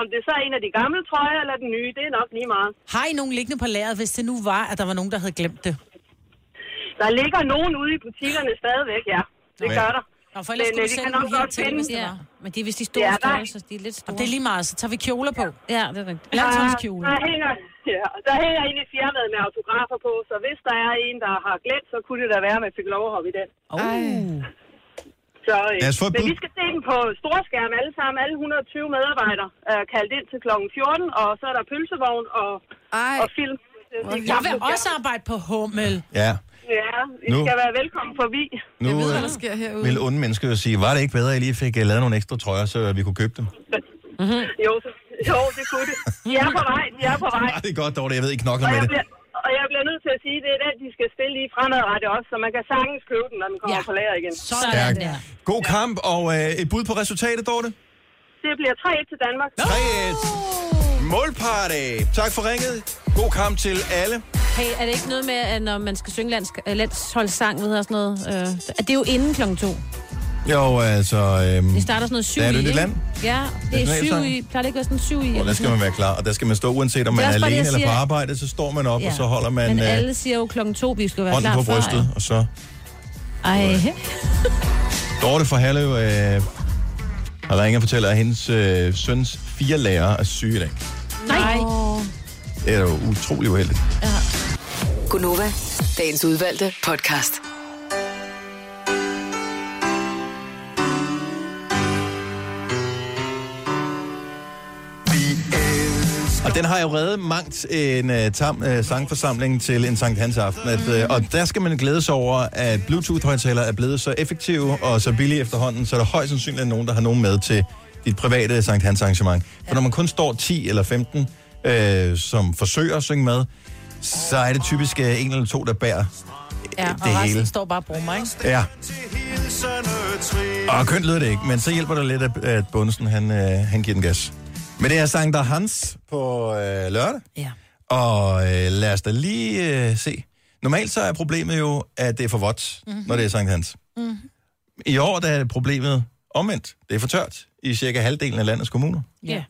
S14: Om det så er en af de gamle trøjer eller den nye, det er nok lige meget.
S2: Har I nogen liggende på lageret, hvis det nu var, at der var nogen, der havde glemt det?
S14: Der ligger nogen ude i butikkerne stadigvæk, ja. Det
S1: Men-
S14: gør der.
S6: Nå, for ellers
S14: Men,
S6: skulle
S14: øh,
S6: du
S14: de
S6: sende
S14: kan
S6: dem
S14: nok
S6: her
S14: godt
S6: til,
S14: finde
S6: hvis det
S14: den.
S6: var. Men det er, hvis de er store
S14: Ja,
S6: ja,
S14: nej.
S6: størrelser, de er lidt store. Og det er lige meget, så tager vi kjoler på. Ja, det er rigtigt. Langtåndskjole.
S14: Der hænger, ja, der hænger en i firmaet med autografer på, så hvis der er en, der har glemt, så kunne det da være, at man fik lov at hoppe i den.
S1: Oh.
S14: Så, øh,
S1: Lad os få et
S14: men
S1: bud.
S14: vi skal se dem på storskærm alle sammen, alle 120 medarbejdere, øh, kaldt ind til kl. 14, og så er der pølsevogn og, og film.
S6: Jeg vil også arbejde på hummel.
S1: Ja.
S14: Ja, I
S1: Nu.
S14: skal være velkommen forbi.
S1: Nu Jeg ved, hvad der
S3: sker herude.
S1: Vil onde mennesker jo sige, var det ikke bedre, at I lige fik uh, lavet nogle ekstra trøjer, så vi kunne købe dem?
S14: Mm-hmm. Jo, så- jo, det kunne det. De er på vej, de er på vej.
S1: Ah, det er godt, dog, jeg ved ikke nok om
S14: Og jeg,
S1: det.
S14: bliver, og jeg bliver nødt til at sige, at det er den, de skal spille i fremadrettet også, så man kan sagtens købe den, når den kommer ja. på lager igen.
S1: Stærkt. God kamp, og øh, et bud på resultatet, Dorte?
S14: Det bliver 3-1 til Danmark.
S1: 3-1. Målparty. Tak for ringet. God kamp til alle.
S4: Hey, er det ikke noget med, at når man skal synge lands, øh, landsholdssang, ved jeg, og sådan noget, øh, at det er jo inden klokken to.
S1: Jo, altså... Øhm,
S4: Det starter sådan noget syv
S1: der er
S4: i,
S1: det nyt
S4: ikke?
S1: land.
S4: Ja, det er syv
S1: Nationalsang.
S4: i. Plejer det ikke at være sådan syv i?
S1: Og der skal man være klar, og der skal man stå, uanset om
S4: Det
S1: man
S4: er
S1: er
S4: også bare det,
S1: alene
S4: jeg
S1: eller på
S4: siger.
S1: arbejde, så står man op,
S4: Ja.
S1: og så holder man
S4: Men
S1: øh,
S4: alle siger jo klokken to, vi skal være
S1: hånden
S4: klar
S1: på brystet, Øh. og så...
S4: Ej.
S1: Dorte fra Herlev øh, har ringet og fortæller, at hendes øh, søns fire lærere er syge i dag.
S4: Nej.
S1: Det er jo utrolig uheldigt.
S5: Gunova, dagens udvalgte podcast.
S1: Og den har jo reddet mangt en uh, tam uh, sangforsamling til en Sankt Hans aften. At, uh, og der skal man glæde sig over, at Bluetooth-højtalere er blevet så effektive og så billige efterhånden, så er der højst sandsynligt er nogen, der har nogen med til dit private Sankt Hans arrangement. For når man kun står 10 eller 15, øh, som forsøger at synge med, så er det typisk øh, en eller to, der bærer
S6: Ja, og
S1: det
S6: resten
S1: hele.
S6: står bare og bruger mig, ikke?
S1: Ja. Og kønt lyder det ikke, men så hjælper det lidt, at, at Bunsen han, øh, han giver den gas. Men det er sang, der Hans på øh, lørdag.
S6: Ja.
S1: Og øh, lad os da lige øh, se. Normalt så er problemet jo, at det er for vådt, mm-hmm. når det er Sankt Hans.
S6: Mhm.
S1: I år der er problemet omvendt. Det er for tørt i cirka halvdelen af landets kommuner.
S6: Ja.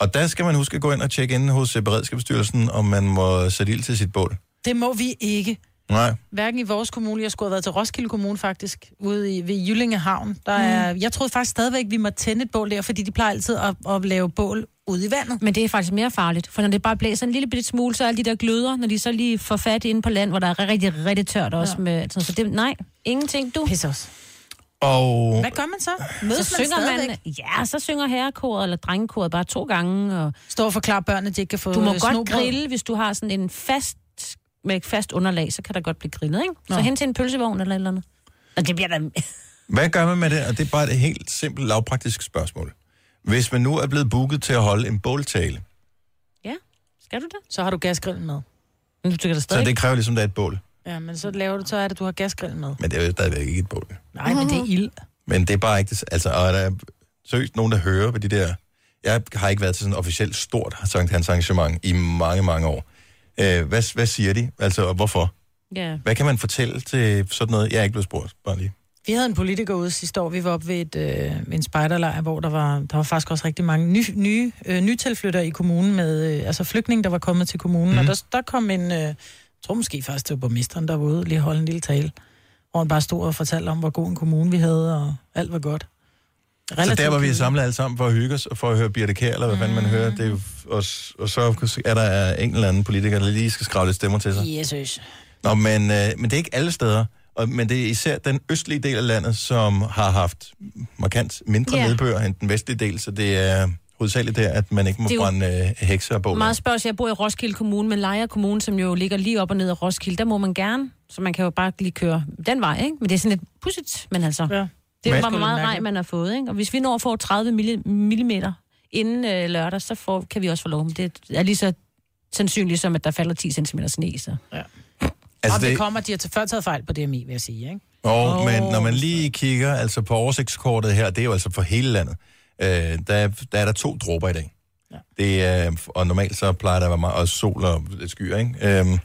S1: Og der skal man huske at gå ind og tjekke ind hos øh, Beredskabsstyrelsen, om man må sætte ild til sit bål.
S6: Det må vi ikke.
S1: Nej.
S6: Hverken i vores kommune, jeg skulle have været til Roskilde Kommune faktisk, ude i, ved Jyllinge Havn. Der er, Jeg troede faktisk stadigvæk, vi måtte tænde et bål der, fordi de plejer altid at, at lave bål ude i vandet.
S4: Men det er faktisk mere farligt, for når det bare blæser en lille bitte smule, så er alle de der gløder, når de så lige får fat inde på land, hvor der er rigtig, rigtig tørt også. Ja. Med, så det, nej, ingenting, du. Pis
S6: os.
S1: Og...
S6: Hvad gør man så?
S4: Så
S6: Mødes man
S4: synger man,
S6: stadigvæk?
S4: ja, så synger herrekoret eller drengekoret bare to gange. Og
S6: Står og forklarer børnene, at de ikke kan få
S4: Du må
S6: øh,
S4: godt
S6: snobrød.
S4: grille, hvis du har sådan en fast, med et fast underlag, så kan der godt blive grillet, ikke? Så
S1: Nå.
S4: hen til en pølsevogn eller et eller andet. Og det bliver da...
S1: Hvad gør man med det? Og det er bare et helt simpelt lavpraktisk spørgsmål. Hvis man nu er blevet booket til at holde en båltale,
S4: Ja, skal du det?
S6: Så har du gasgrillen med.
S4: Men du tykker det
S1: så
S6: stadig?
S1: det kræver ligesom, at der er et bål.
S6: Ja, men så laver du, så er det, du har gasgrillen med.
S1: Men det er jo stadigvæk ikke et bål.
S6: Nej, men det er ild.
S1: Men det er bare ikke det, altså, og er der seriøst nogen, der hører på de der... Jeg har ikke været til sådan et officielt stort Sankt Hans arrangement i mange, mange år. Øh, hvad, hvad siger de? Altså, og hvorfor?
S4: Ja.
S1: Hvad kan man fortælle til sådan noget? Jeg er ikke blevet spurgt, bare lige.
S6: Vi havde en politiker ude sidste år. Vi var oppe ved et, øh, ved en spejderlejr, hvor der var, der var faktisk også rigtig mange ny, nye øh, nytilflyttere i kommunen, med, øh, altså flygtninge, der var kommet til kommunen.
S1: Mhm.
S6: Mm. Og der, der kom en, øh, jeg tror måske faktisk, det var borgmesteren, der var ude lige holde en lille tale, hvor han bare stod og fortalte om, hvor god en kommune vi havde, og alt var godt.
S1: Relativt så der, hvor vi er samlet alle sammen for at hygge os, og for at høre Birte Kjær, eller hvad fanden man hører, det er jo,
S4: Mm.
S1: og, s- og så er der en eller anden politiker, der lige skal skrave lidt stemmer til sig.
S6: Jesus.
S1: Nå, men, øh, men det er ikke alle steder, og, men det er især den østlige del af landet, som har haft markant mindre
S4: Ja.
S1: yeah. nedbør end den vestlige del, så det er hovedsageligt der, at man ikke må
S4: Det er jo
S1: brænde øh, hekser og bål.
S4: Meget spørgsmål. Jeg bor i Roskilde Kommune, men Lejre Kommune, som jo ligger lige op og ned af Roskilde, der må man gerne. Så man kan jo bare lige køre den vej, ikke? Men det er sådan lidt pudsigt, men altså... Ja. Det
S1: Men-
S4: er bare
S1: Skulle
S4: meget
S1: mærke
S4: rej,
S1: det.
S4: man har fået, ikke? Og hvis vi når at få 30 milli- millimeter inden øh, lørdag, så får, kan vi også få lov. Men Det er lige så sandsynligt som, at der falder 10 cm sne, så...
S6: Ja.
S1: Altså,
S6: Altså og det,
S1: det-
S6: det kommer, de har til før taget fejl på DMI, vil jeg sige, ikke?
S1: Og
S6: Åh.
S1: oh. men når man lige kigger altså på oversigtskortet her, det er jo altså for hele landet, øh, der, der er der to dråber i dag. Ja. Det er, og normalt så plejer der at være meget og sol og lidt skyer, ikke? Øhm,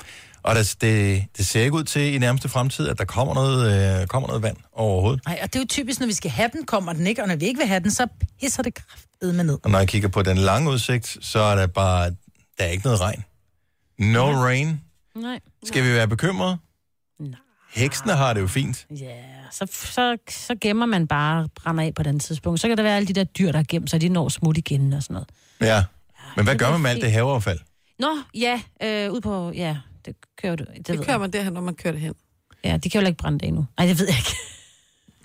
S1: og der, det, det ser ikke ud til i nærmeste fremtid, at der kommer noget, øh, kommer noget vand overhovedet.
S6: Ej, og det er jo typisk, når vi skal have den, kommer den ikke, og når vi ikke vil have den, så pisser det kraftedme ned.
S1: Og når jeg kigger på den lange udsigt, så er der bare, der er ikke noget regn. No rain.
S4: Nej.
S1: Skal vi være bekymrede? Heksene har det jo fint.
S4: Så, så, så gemmer man bare brænder af på den tidspunkt. Så kan der være alle de der dyr, der er gemt, så de når smut igen og sådan noget.
S1: Ja. Men hvad
S4: det
S1: gør
S4: er
S1: man med alt
S4: fint.
S1: det haveaffald?
S4: Nå, ja, øh, ud på, ja, det kører du. Det,
S3: kører man derhen, når man kører det hen.
S4: Ja, de kan jo ikke brænde det endnu. Nej, det ved jeg ikke.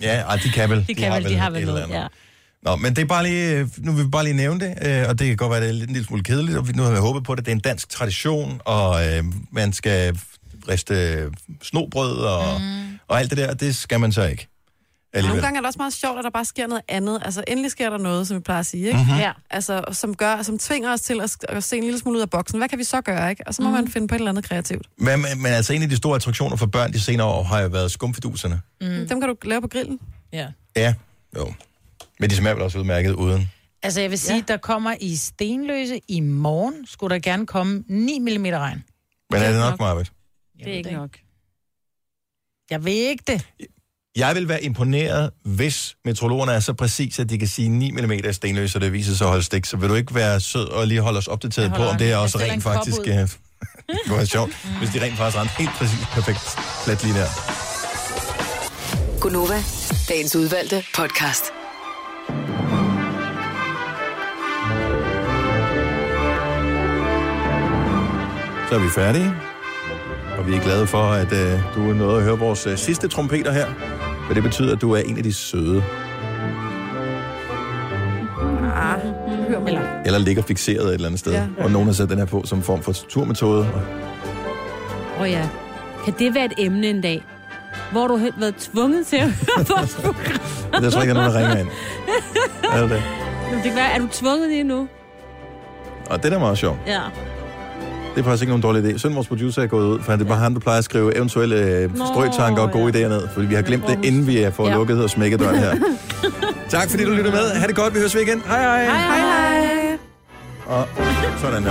S1: Ja, ej, de kan vel.
S4: De kan vel, de har
S1: et
S4: vel
S1: eller
S4: noget,
S1: andet.
S4: ja.
S1: Nå, men det er bare lige, øh, nu vil vi bare lige nævne det, øh, og det kan godt være, det er lidt- en lille smule kedeligt, og vi- nu har jeg håbet på det. Det er en dansk tradition, og øh, man skal riste øh, snobrød og, mm. og alt det der, det skal man så ikke.
S3: Nogle
S1: Alligevel.
S3: gange er det også meget sjovt, at der bare sker noget andet. Altså, endelig sker der noget, som vi plejer at sige, ikke?
S1: Mhm. Ja.
S3: Altså, som, gør, som tvinger os til at, at se en lille smule ud af boksen. Hvad kan vi så gøre, ikke? Og så må mm. man finde på et eller andet kreativt.
S1: Men, men, men altså, en af de store attraktioner for børn de senere år har jo været skumfiduserne.
S3: Mm. Dem kan du lave på grillen.
S2: Ja.
S1: Ja, jo. Men de smager vel også udmærket uden.
S2: Altså, jeg vil sige, ja. der kommer i Stenløse i morgen, skulle der gerne komme 9 mm regn.
S1: Men er det
S2: nok.
S1: nok, Marvitt?
S2: Det er ikke nok. Jeg ved ikke det.
S1: Jeg vil være imponeret, hvis metrologerne er så præcise, at de kan sige 9 mm er stenløs, og det viser sig at holde stik. Så vil du ikke være sød og lige holde os opdateret
S7: Jeg
S1: på,
S7: holder
S1: om det
S7: øje.
S1: er
S7: Jeg
S1: også
S7: stiller en
S1: rent
S7: kop
S1: faktisk...
S7: ud.
S1: øh, det kunne være sjovt, hvis de rent faktisk ramte helt præcis perfekt plet lige der.
S5: Gunova, dagens udvalgte podcast.
S1: Så er vi færdige, og vi er glade for, at øh, du er nået at høre vores øh, sidste trompeter her. For det betyder, at du er en af de søde,
S3: Ah, hør mig.
S1: eller ligger fixeret et eller andet sted,
S4: Ja.
S1: ja. og nogen har sat den her på som form for torturmetode. Og
S4: Åh oh, ja. Kan det være et emne en dag, hvor du har været tvunget til at høre vores program?
S1: Jeg tror ikke, der er nogen, der ringer ind. Er det det?
S4: Men det kan være, er du tvunget lige nu?
S1: Og det er da meget sjovt.
S4: Ja.
S1: Det er faktisk ikke nogen dårlig idé. Søren, vores producer, er gået ud, for det er bare ham, der plejer at skrive eventuelle øh,
S7: Nå,
S1: strøtanker og gode idéer ned, fordi vi har glemt det, inden vi er fået
S7: Ja.
S1: ja. lukket og smækket døren her. tak fordi du lyttede med. Ha' det godt. Vi høres ved igen. Hej hej.
S7: Hej hej.
S1: Og sådan der.